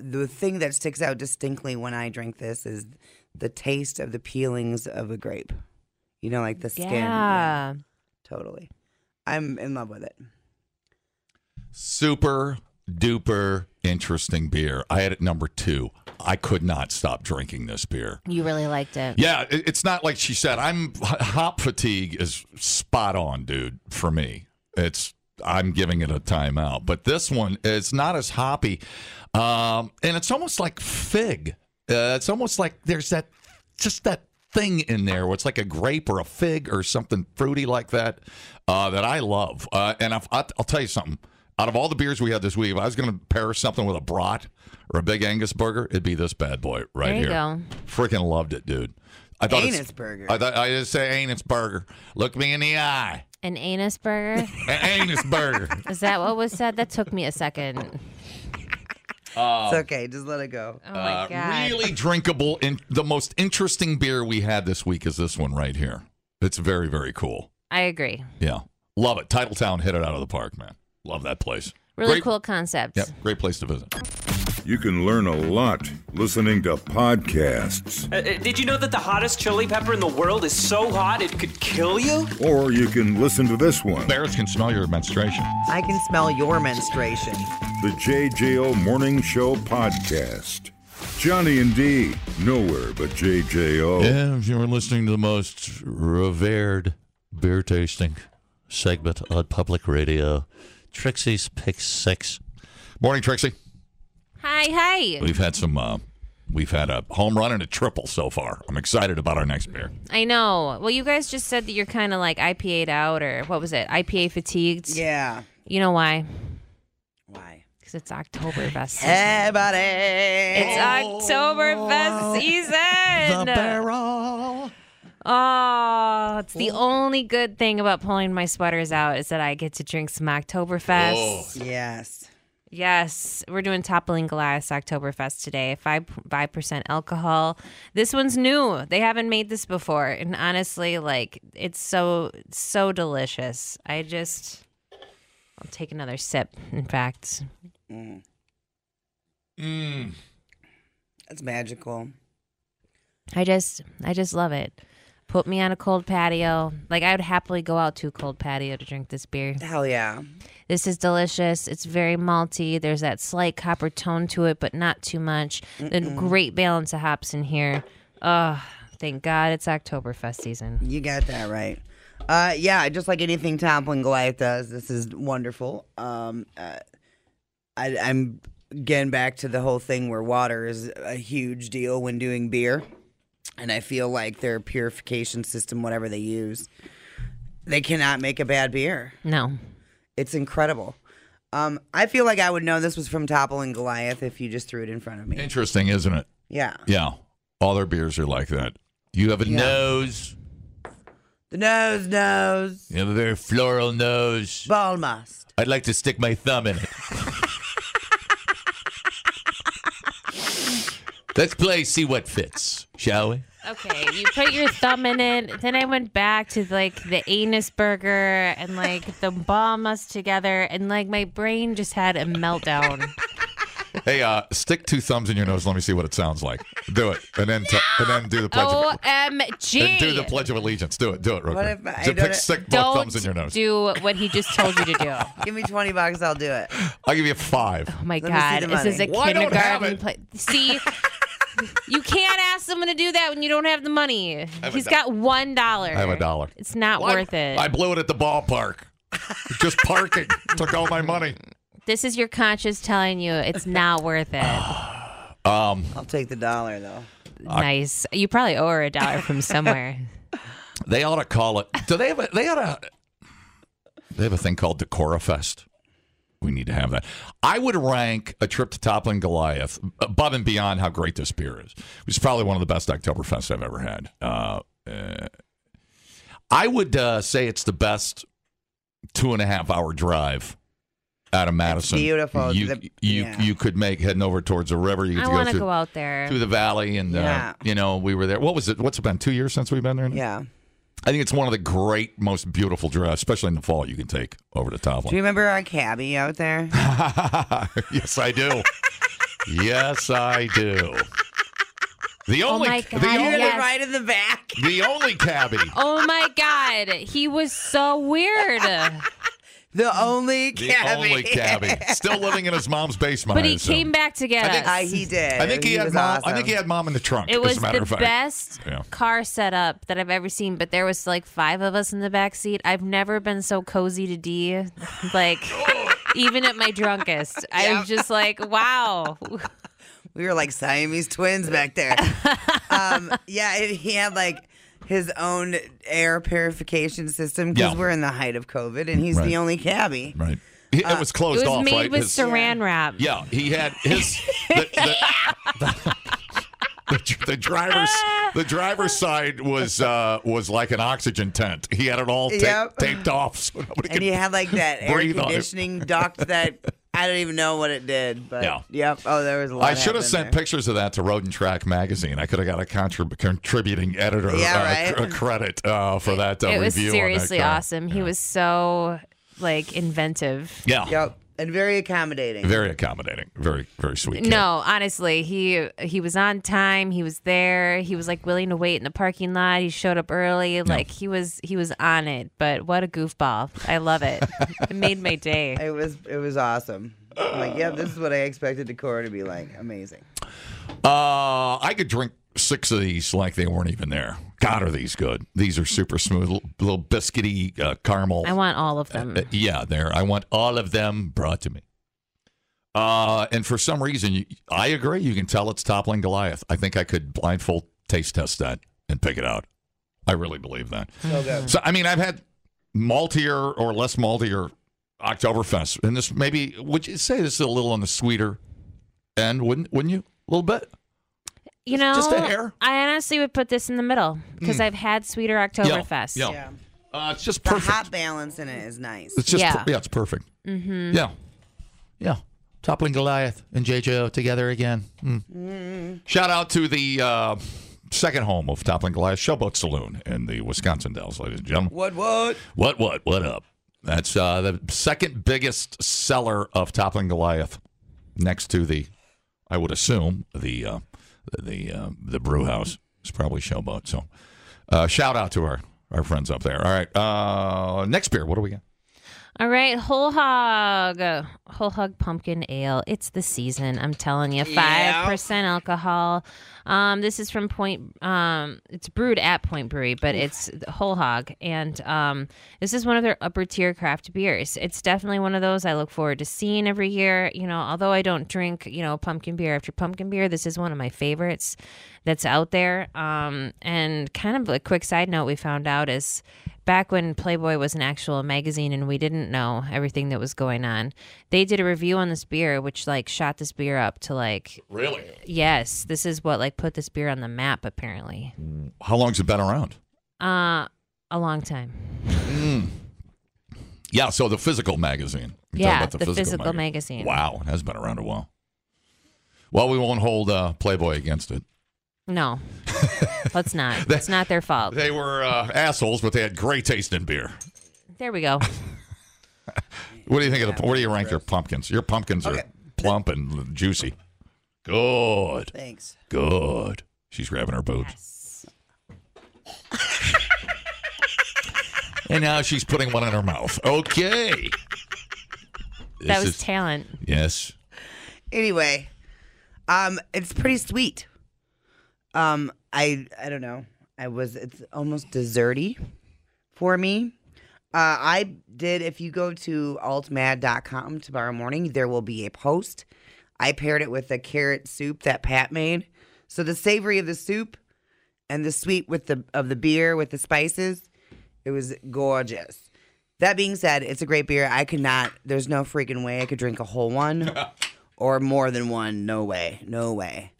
B: the thing that sticks out distinctly when I drink this is the taste of the peelings of a grape. You know, like the skin.
N: Yeah.
B: totally. I'm in love with it.
C: Super duper interesting beer. I had it number two. I could not stop drinking this beer.
N: You really liked it.
C: Yeah, it- it's not like she said. I'm hop fatigue is spot on, dude. For me, it's I'm giving it a timeout. But this one, it's not as hoppy, um, and it's almost like fig. Uh, it's almost like there's that just that thing in there where it's like a grape or a fig or something fruity like that uh, that I love. Uh, and I've, I'll I'll tell you something. Out of all the beers we had this week, if I was going to pair something with a brat or a big Angus burger, it'd be this bad boy right
N: There you
C: here.
N: go.
C: Freaking loved it, dude. I thought it's-
N: Anus burger.
C: I thought I just say anus burger. Look me in the eye.
N: An anus burger?
C: A- anus burger.
N: Is that what was said? That took me a second.
C: Um,
B: it's okay. Just let it go.
N: Oh my
C: uh,
N: God.
C: Really drinkable. And the most interesting beer we had this week is this one right here. It's very, very cool.
N: I agree.
C: Yeah. Love it. Titletown hit it out of the park, man. Love that place.
N: Really
C: Great-
N: cool concept.
C: Yep. Great place to visit.
A: You can learn a lot listening to podcasts,
O: Uh, uh, did you know that the hottest chili pepper in the world is so hot it could kill you?
A: or you can listen to this one.
C: Bears can smell your menstruation.
B: I can smell your menstruation.
A: The JJO Morning Show Podcast. Johnny and D, nowhere but JJO.
C: Yeah, if you were listening to the most revered beer tasting segment on public radio, Trixie's Pick Six. Morning, Trixie.
N: Hi, hi.
C: We've had some. Uh, we've had a home run and a triple so far. I'm excited about our next beer.
N: I know. Well, you guys just said that you're kind of like IPA'd out or what was it? IPA fatigued?
B: Yeah.
N: You know why? Why? Because it's Oktoberfest. season.
B: Hey, buddy. It's
N: Oktoberfest season.
C: uh, barrel.
N: Oh, it's the only good thing about pulling my sweaters out is that I get to drink some Oktoberfest.
C: Oh.
B: Yes.
N: Yes, we're doing Toppling Glass Oktoberfest today. Five five percent alcohol. This one's new. They haven't made this before, and honestly, like it's so so delicious. I just I'll take another sip. In fact,
C: Mm.
B: That's magical.
N: I just I just love it. Put me on a cold patio. Like I would happily go out to a cold patio to drink this beer.
B: Hell yeah.
N: This is delicious. It's very malty. There's that slight copper tone to it, but not too much. A
B: Mm-mm.
N: great balance of hops in here. Oh, thank God it's Oktoberfest season.
B: You got that right. Uh, yeah, just like anything Toppling Goliath does, this is wonderful. Um, uh, I, I'm getting back to the whole thing where water is a huge deal when doing beer, and I feel like their purification system, whatever they use, they cannot make a bad beer.
N: No.
B: It's incredible. Um, I feel like I would know this was from Toppling Goliath if you just threw it in front of me.
C: Interesting, isn't it?
B: Yeah.
C: Yeah. All their beers are like that. You have a
B: Yeah.
C: nose.
B: The nose, nose,
C: You have a very floral nose.
B: Balmas.
C: I'd like to stick my thumb in it. Let's play, see what fits, shall we?
N: Okay, you put your thumb in it. Then I went back to like the anus burger and like the balmas together, and like my brain just had a meltdown.
C: Hey, uh, stick two thumbs in your nose. Let me see what it sounds like. Do it, and then t- and then do the pledge. Of-
N: OMG.
C: and do the Pledge of Allegiance. Do it. Do it real
B: What
C: quick.
B: if I
C: Just
B: don't-
C: pick stick both
N: Don't
C: thumbs in your nose.
N: do what he just told you to do.
B: Give me 20 bucks, I'll do it.
C: I'll give you a five.
N: Oh my
B: Let me see
N: god,
B: the
N: this is a
B: money. Why don't I have
N: kindergarten play. See, you can't ask someone to do that when you don't have the money.
C: have a
N: He's
C: do-
N: got one dollar.
C: I have a dollar.
N: It's not
C: Why-
N: worth it.
C: I blew it at the ballpark. Just parking took all my money.
N: this is your conscience telling you it's not worth
C: Ah,
N: it.
C: Um,
B: I'll take the dollar though.
N: nice. You probably owe her a dollar from somewhere.
C: They ought to call it. Do they have a? They ought to. They have a thing called Decora Fest. We need to have that. I would rank a trip to Toppling Goliath above and beyond how great this beer is. It's probably one of the best Oktoberfests I've ever had. Uh, uh, I would uh, say it's the best two and a half hour drive out of Madison.
B: beautiful.
C: You
B: The-
C: you,
B: yeah.
C: you could make heading over towards the river. You could
N: I
C: go
N: want to
C: through-
N: go out there.
C: through the valley and
N: Yeah.
C: uh, you know we were there what was it what's it been two years since we've been there now?
B: yeah
C: i think it's one of the great most beautiful drives especially in the fall you can take over to
B: Do you
C: toplin
B: remember our cabbie out there?
C: yes i do yes i do the
B: Oh
C: only the only
B: right in the back.
C: the only cabbie
N: Oh my god, he was so weird.
B: The only
C: The
B: cabbie.
C: only cabbie, still living in his mom's basement.
N: But
C: I
N: he
C: assume.
N: came back to get
C: I think-
N: us.
C: I-
B: he did.
C: I think he, had
B: was
C: mom. I
B: awesome.
C: think he had mom in the trunk.
N: It was
C: as a matter
N: the
C: of fact.
N: best
C: Yeah.
N: car setup that I've ever seen, but there was like five of us in the back seat. I've never been so cozy to D, like even at my drunkest. I was just like, wow.
B: We were like Siamese twins back there. um, yeah, and he had like his own air purification system because
C: Yeah.
B: we're in the height of COVID, and he's
C: Right.
B: the only cabbie.
C: Right. He- it was closed
N: Uh, it was
C: off,
N: made
C: right?
N: with
C: His-
N: saran wrap.
C: Yeah, he had his the, the, the, the driver's the driver's side was uh, was like an oxygen tent. He had it all ta-
B: Yep.
C: taped off so nobody
B: And
C: could.
B: he had like that air
C: breathe on it.
B: conditioning duct that I don't even know what it did, but
C: Yeah.
B: yep. Oh, there was a lot.
C: I should have
B: happening
C: sent
B: there.
C: pictures of that to Road and Track magazine. I could have got a contrib- contributing editor
B: Yeah,
C: uh,
B: right.
C: cr- credit uh, for that uh,
N: it
C: review.
N: was
C: on that
N: seriously
C: car.
N: awesome. He was so like inventive.
C: Yeah.
B: Yep, and very accommodating.
C: Very accommodating. Very very sweet. kid.
N: No, honestly, he he was on time. He was there. He was like willing to wait in the parking lot. He showed up early. Like he was he was on it. But what a goofball! I love it. it made my day.
B: It was it was awesome. I'm like, yeah, this is what I expected Decor to be like. Amazing.
C: Uh, I could drink six of these like they weren't even there. God, are these good? These are super smooth, little, little biscuity uh, caramel.
N: I want all of them.
C: Uh, yeah, there. I want all of them brought to me. Uh, and for some reason, you, I agree. You can tell it's toppling Goliath. I think I could blindfold taste test that and pick it out. I really believe that.
B: So good.
C: So I mean, I've had maltier or less maltier Oktoberfest, and this maybe would you say this is a little on the sweeter end? Wouldn't wouldn't you? A little bit.
N: You know,
C: just a hair. Hmm.
N: I honestly would put this in the middle because I've had sweeter Oktoberfest.
C: Yeah. yeah. Uh, it's just
B: The
C: perfect.
B: hot balance in it is nice.
C: It's just
N: Yeah.
C: yeah, it's perfect.
N: Mm-hmm.
C: Yeah, yeah. Toppling Goliath and JJO together again. Mm. Shout out to the uh, second home of Toppling Goliath Showboat Saloon in the Wisconsin Dells, ladies and gentlemen.
B: What what?
C: What what what up? That's uh, the second biggest seller of Toppling Goliath, next to the, I would assume the uh, the uh, the brew house is probably Showboat. So, uh, shout out to our our friends up there. All right, uh, next beer. What do we got?
N: All right, whole hog, uh, whole hog pumpkin ale. It's the season. I'm telling you, five
P: Yeah.
N: percent alcohol. Um, this is from Point. Um, it's brewed at Point Brewery, but it's whole hog, and um, this is one of their upper tier craft beers. It's definitely one of those I look forward to seeing every year. You know, although I don't drink, you know, pumpkin beer after pumpkin beer, this is one of my favorites that's out there. Um, and kind of a quick side note, we found out is back when Playboy was an actual magazine and we didn't know everything that was going on, they did a review on this beer, which like shot this beer up to like,
C: Really?
N: yes, this is what like put this beer on the map apparently.
C: How long's it been around?
N: Uh, a long time.
C: Mm. Yeah, so the physical magazine. You're talking
N: Yeah,
C: about
N: the physical magazine.
C: Wow, it has been around a while. Well, we won't hold uh, Playboy against it.
N: No, let's not. It's not their fault.
C: They were uh, assholes, but they had great taste in beer.
N: There we go.
C: What do you think of the? What do you rank your pumpkins? Your pumpkins are plump and juicy. Good.
B: Thanks.
C: Good. She's grabbing her boot. and now she's putting one in her mouth. Okay.
N: That
C: This
N: was
C: is-
N: talent.
C: Yes.
B: Anyway, um, it's pretty sweet. Um, I I don't know. I was it's almost desserty for me. Uh, I did. If you go to altmad.com tomorrow morning, there will be a post. I paired it with the carrot soup that Pat made. So the savory of the soup and the sweet with the of the beer with the spices, it was gorgeous. That being said, it's a great beer. I could not. There's no freaking way I could drink a whole one or more than one. No way. No way.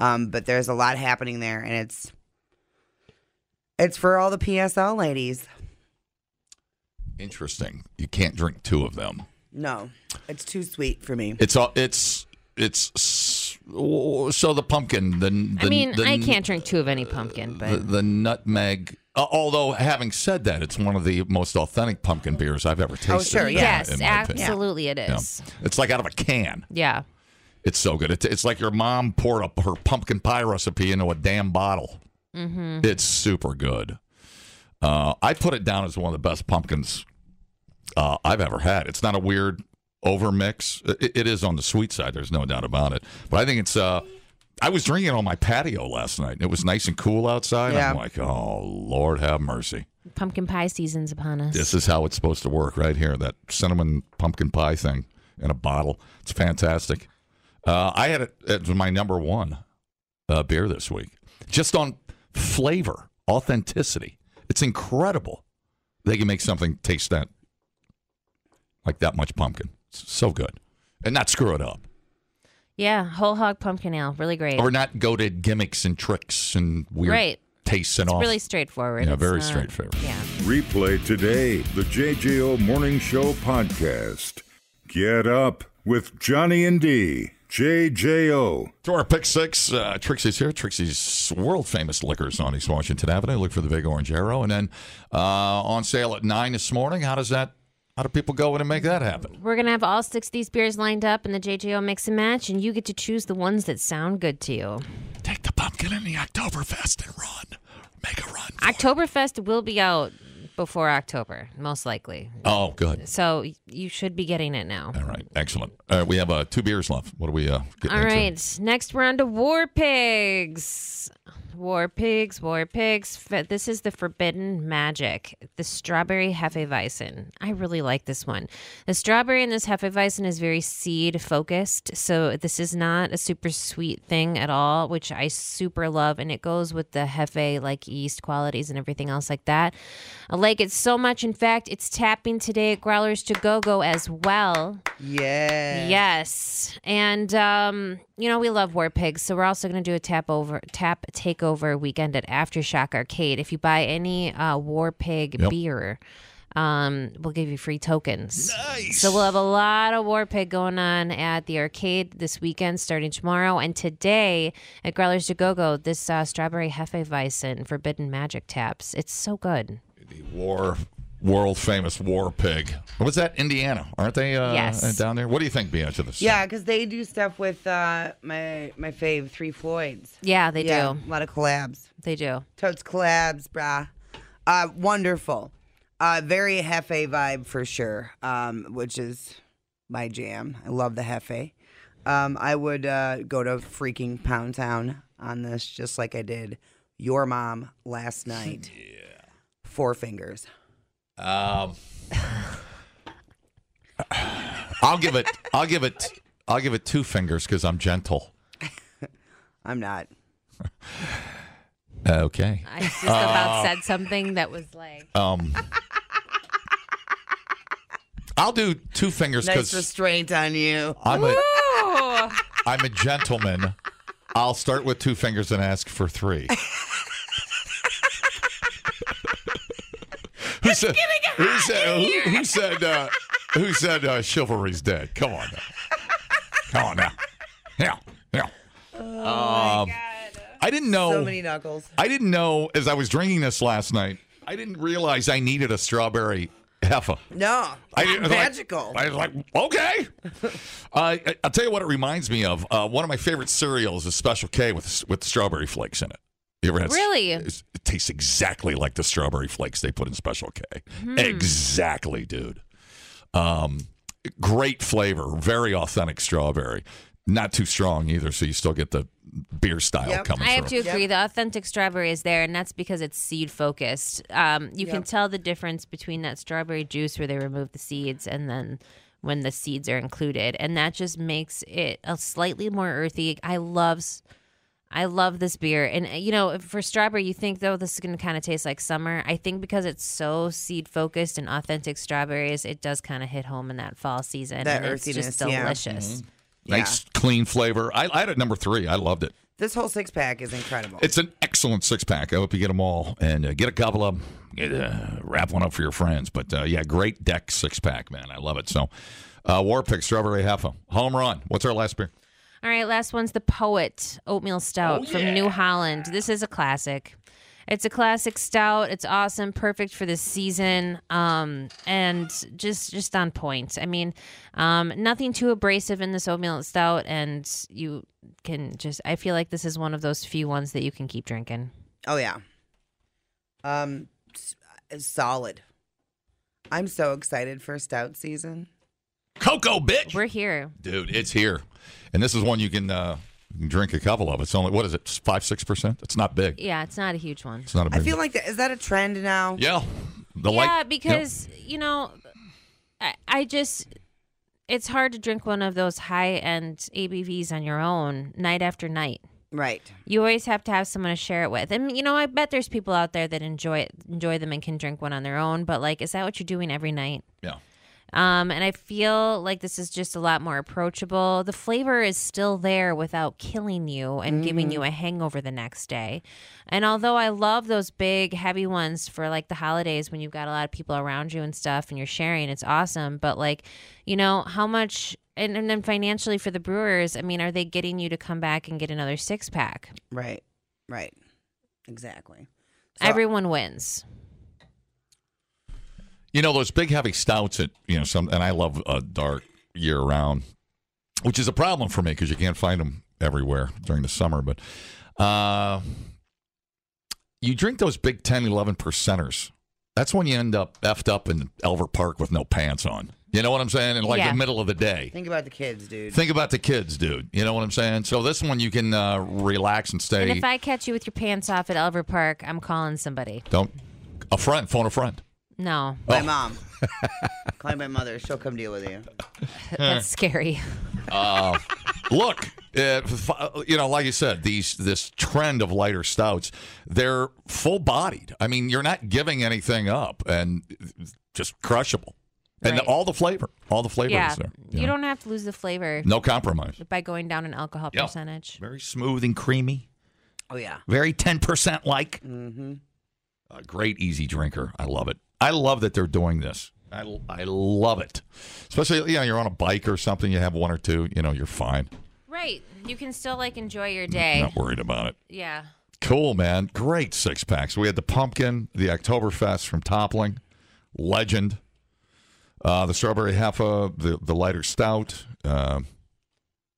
B: Um, but there's a lot happening there, and it's it's for all the PSL ladies.
C: Interesting. You can't drink two of them.
B: No, it's too sweet for me.
C: It's all. It's it's. s- oh, So the pumpkin. The, the
N: I mean,
C: the- uh,
N: I can't drink two of any pumpkin, but
C: The, the nutmeg. Uh, although, having said that, it's one of the most authentic pumpkin beers I've ever tasted. in my-
N: yes,
C: in my opinion.
N: absolutely, it
C: Yeah.
N: is.
C: It's like out of a can.
N: Yeah.
C: It's so good. It, it's like your mom poured up her pumpkin pie recipe into a damn bottle.
N: Mm-hmm.
C: It's super good. Uh, I put it down as one of the best pumpkins uh, I've ever had. It's not a weird over mix. It, it is on the sweet side. There's no doubt about it. But I think it's. Uh, I was drinking on my patio last night. It was nice and cool outside.
N: Yeah.
C: I'm like, oh Lord, have mercy.
N: Pumpkin pie season's upon us.
C: This is how it's supposed to work right here. That cinnamon pumpkin pie thing in a bottle. It's fantastic. Uh, I had it, it was my number one uh, beer this week, just on flavor, authenticity. It's incredible. They can make something taste that like that much pumpkin. It's so good, and not screw it up,
N: Yeah, whole hog pumpkin ale, really great.
C: or not go to gimmicks and tricks and weird
N: Right.
C: tastes and
N: it's
C: all.
N: really straightforward.
C: Yeah,
N: It's
C: very
N: not-
C: straightforward.
N: Yeah.
A: Replay today the JJO Morning Show podcast. Get up with Johnny and D. JJO.
C: To our pick six, uh, Trixie's here. Trixie's world famous liquors on East Washington Avenue. Look for the big orange arrow, and then uh, on sale at nine this morning. How does that? How do people go in and make that happen?
N: We're going to have all six of these beers lined up in the JJO mix and match, and you get to choose the ones that sound good to you.
C: Take the pumpkin and the Oktoberfest and run. Make a run.
N: Oktoberfest will be out before October, most likely.
C: Oh, good.
N: So you should be getting it now.
C: All right, excellent. All right, we have uh, two beers left. What do we uh, get?
N: All right, next we're on to War Pigs. War Pigs, War Pigs. Fe- This is the Forbidden Magic, the Strawberry Hefeweizen. I really like this one. The strawberry in this Hefeweizen is very seed focused, so this is not a super sweet thing at all, which I super love, and it goes with the Hefe like yeast qualities and everything else like that. I like it so much. In fact, it's tapping today at Growlers to Go Go as well.
B: Yeah.
N: Yes, and um, you know we love War Pigs, so we're also going to do a tap over tap takeover weekend at Aftershock Arcade. If you buy any uh, War Pig
P: Yep.
N: beer, um, we'll give you free tokens.
P: Nice.
N: So we'll have a lot of War Pig going on at the arcade this weekend, starting tomorrow and today at Growlers to Go Go. This uh, strawberry hefeweizen Forbidden Magic taps. It's so good.
C: War, world famous war pig. What was that? Indiana, aren't they? Uh,
B: Yes.
C: Down there. What do you think, Bianca? This
B: Yeah, because they do stuff with uh, my my fave Three Floyds.
N: Yeah, they do.
B: A lot of collabs.
N: They do.
B: Totes collabs, brah. Uh, wonderful. Uh, very hefe vibe for sure, um, which is my jam. I love the hefe. Um, I would uh, go to freaking Pound Town on this, just like I did your mom last night. yeah. Four fingers.
C: Um, I'll give it. I'll give it. I'll give it two fingers because I'm gentle.
B: I'm not.
C: Okay.
N: I just about
C: Uh,
N: said something that was like.
C: Um, I'll do two fingers
B: Nice
C: because
B: restraint on you.
C: I'm a
N: Ooh.
C: I'm a gentleman. I'll start with two fingers and ask for three. who said? Who said? Who, who said? Uh, who said uh, chivalry's dead? Come on now. Come on now. Yeah. Yeah. um, I didn't know.
B: Oh, So many knuckles.
C: I didn't know as I was drinking this last night. I didn't realize I needed a strawberry heffa.
B: No.
C: I, I was like-
B: magical.
C: I was like, okay. uh, I, I'll tell you what it reminds me of. Uh, one of my favorite cereals is Special K with with strawberry flakes in it. You ever had?
N: Really?
C: It's- It tastes exactly like the strawberry flakes they put in Special K.
N: Hmm.
C: Exactly, dude. Um, great flavor, very authentic strawberry. Not too strong either, so you still get the beer style coming
N: I have to
C: through.
N: agree. The authentic strawberry is there, and that's because it's seed focused. Um, you can
B: Yep.
N: tell the difference between that strawberry juice where they remove the seeds and then when the seeds are included, and that just makes it a slightly more earthy. I love. s- I love this beer. And, uh, you know, for strawberry, you think, though, this is going to kind of taste like summer. I think because it's so seed focused and authentic strawberries, it does kind of hit home in that fall season.
B: That
N: and it's just
B: earthiness, yeah.
N: delicious.
C: Mhm. Nice, clean flavor. I, I had it number three. I loved it.
B: This whole six pack is incredible.
C: It's an excellent six pack. I hope you get them all and uh, get a couple of them. Get, uh, wrap one up for your friends. But uh, yeah, great deck six pack, man. I love it. So, uh, War Pick, Strawberry Heffa, home run. What's our last beer?
N: All right, last one's the Poet Oatmeal Stout from New Holland. This is a classic. It's a classic stout. It's awesome, perfect for this season, um, and just just on point. I mean, um, nothing too abrasive in this oatmeal stout, and you can just. I feel like this is one of those few ones that you can keep drinking.
B: Oh yeah. Um, s- uh, solid. I'm so excited for stout season.
C: Cocoa, bitch.
N: We're here.
C: Dude, it's here. And this is one you can uh, drink a couple of. It's only, what is it, 5 6%? It's not big.
N: Yeah, it's not a huge one.
C: It's not a big
B: I feel
C: one.
B: like that is that a trend now?
C: Yeah. The
N: yeah,
C: light- yep.
N: because you know, I, I just it's hard to drink one of those high end ABVs on your own night after night.
B: Right.
N: You always have to have someone to share it with, and you know, I bet there's people out there that enjoy it, enjoy them and can drink one on their own. But like, is that what you're doing every night?
C: Yeah.
N: Um, and I feel like this is just a lot more approachable. The flavor is still there without killing you and giving
P: Mhm.
N: you a hangover the next day. And although I love those big, heavy ones for like the holidays when you've got a lot of people around you and stuff and you're sharing, it's awesome. But like, you know, how much, and, and then financially for the brewers, I mean, are they getting you to come back and get another six pack?
B: Right. Right. Exactly.
N: Everyone wins.
C: You know those big heavy stouts at you know some, and I love uh, dark year round, which is a problem for me because you can't find them everywhere during the summer. But uh, you drink those big 10, 11 percenters. That's when you end up effed up in Elver Park with no pants on. You know what I'm saying? In like
B: Yeah.
C: the middle of the day.
B: Think about the kids, dude.
C: Think about the kids, dude. You know what I'm saying? So this one you can uh, relax and stay.
N: And if I catch you with your pants off at Elver Park, I'm calling somebody.
C: Don't a friend phone a friend.
N: No.
B: My mom. Call my mother. She'll come deal with you.
N: That's scary.
C: Uh, look, uh, f- you know, like you said, these this trend of lighter stouts, they're full bodied. I mean, you're not giving anything up, and just crushable, and
N: Right.
C: all the flavor, all the flavor
N: yeah.
C: is there.
N: You, don't have to lose the flavor.
C: No compromise.
N: By going down an alcohol
C: Yeah.
N: percentage.
C: Very smooth and creamy.
B: Oh yeah.
C: Very ten percent like.
B: Mm-hmm.
C: A great easy drinker. I love it. I love that they're doing this. I, I love it. Especially, you know, you're on a bike or something, you have one or two, you know, you're fine.
N: Right. You can still like enjoy your day.
C: Not worried about it.
N: Yeah.
C: Cool, man. Great six packs. We had the pumpkin, the Oktoberfest from Toppling, legend. Uh, the strawberry heffa, the, the lighter stout, uh,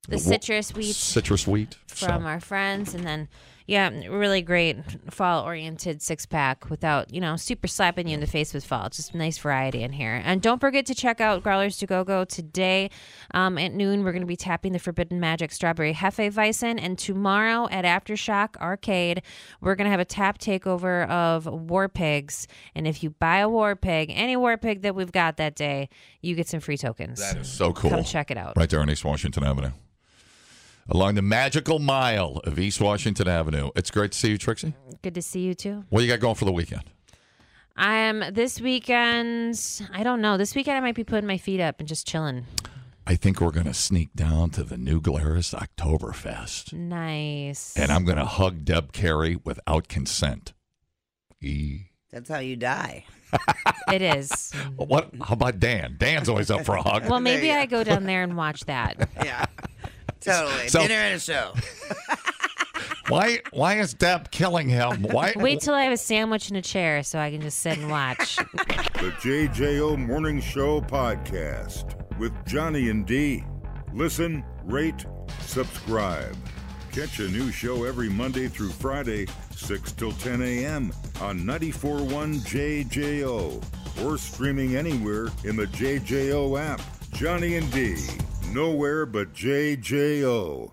N: The
C: wo-
N: citrus wheat.
C: citrus wheat.
N: From our friends and then yeah, really great fall oriented six pack without, you know, super slapping you in the face with fall. Just nice variety in here. And don't forget to check out Growlers to Go Go today. Um, at noon we're gonna be tapping the Forbidden Magic Strawberry Hefe Weizen and tomorrow at Aftershock Arcade we're gonna have a tap takeover of War Pigs. And if you buy a War Pig, any War Pig that we've got that day, you get some free tokens.
C: That is so cool.
N: Come check it out.
C: Right there on East Washington Avenue. Along the magical mile of East Washington Avenue. It's great to see you, Trixie.
N: Good to see you too.
C: What do you got going for the weekend?
N: I am this weekend. I don't know. This weekend I might be putting my feet up and just chilling.
C: I think we're going to sneak down to the New Glarus Oktoberfest.
N: Nice.
C: And I'm going to hug Deb Carey without consent. E.
B: That's how you die.
N: It is.
C: What? How about Dan? Dan's always up for a hug.
N: well, maybe I go down there and watch that.
B: Yeah. Totally.
C: So-
B: Dinner and a show.
C: Why? Why is Deb killing him? Why?
N: Wait till I have a sandwich and a chair so I can just sit and watch.
A: The JJO Morning Show podcast with Johnny and D. Listen, rate, subscribe. Catch a new show every Monday through Friday, 6 till 10 a.m. on 941 JJO or streaming anywhere in the JJO app. Johnny and D. Nowhere but JJO.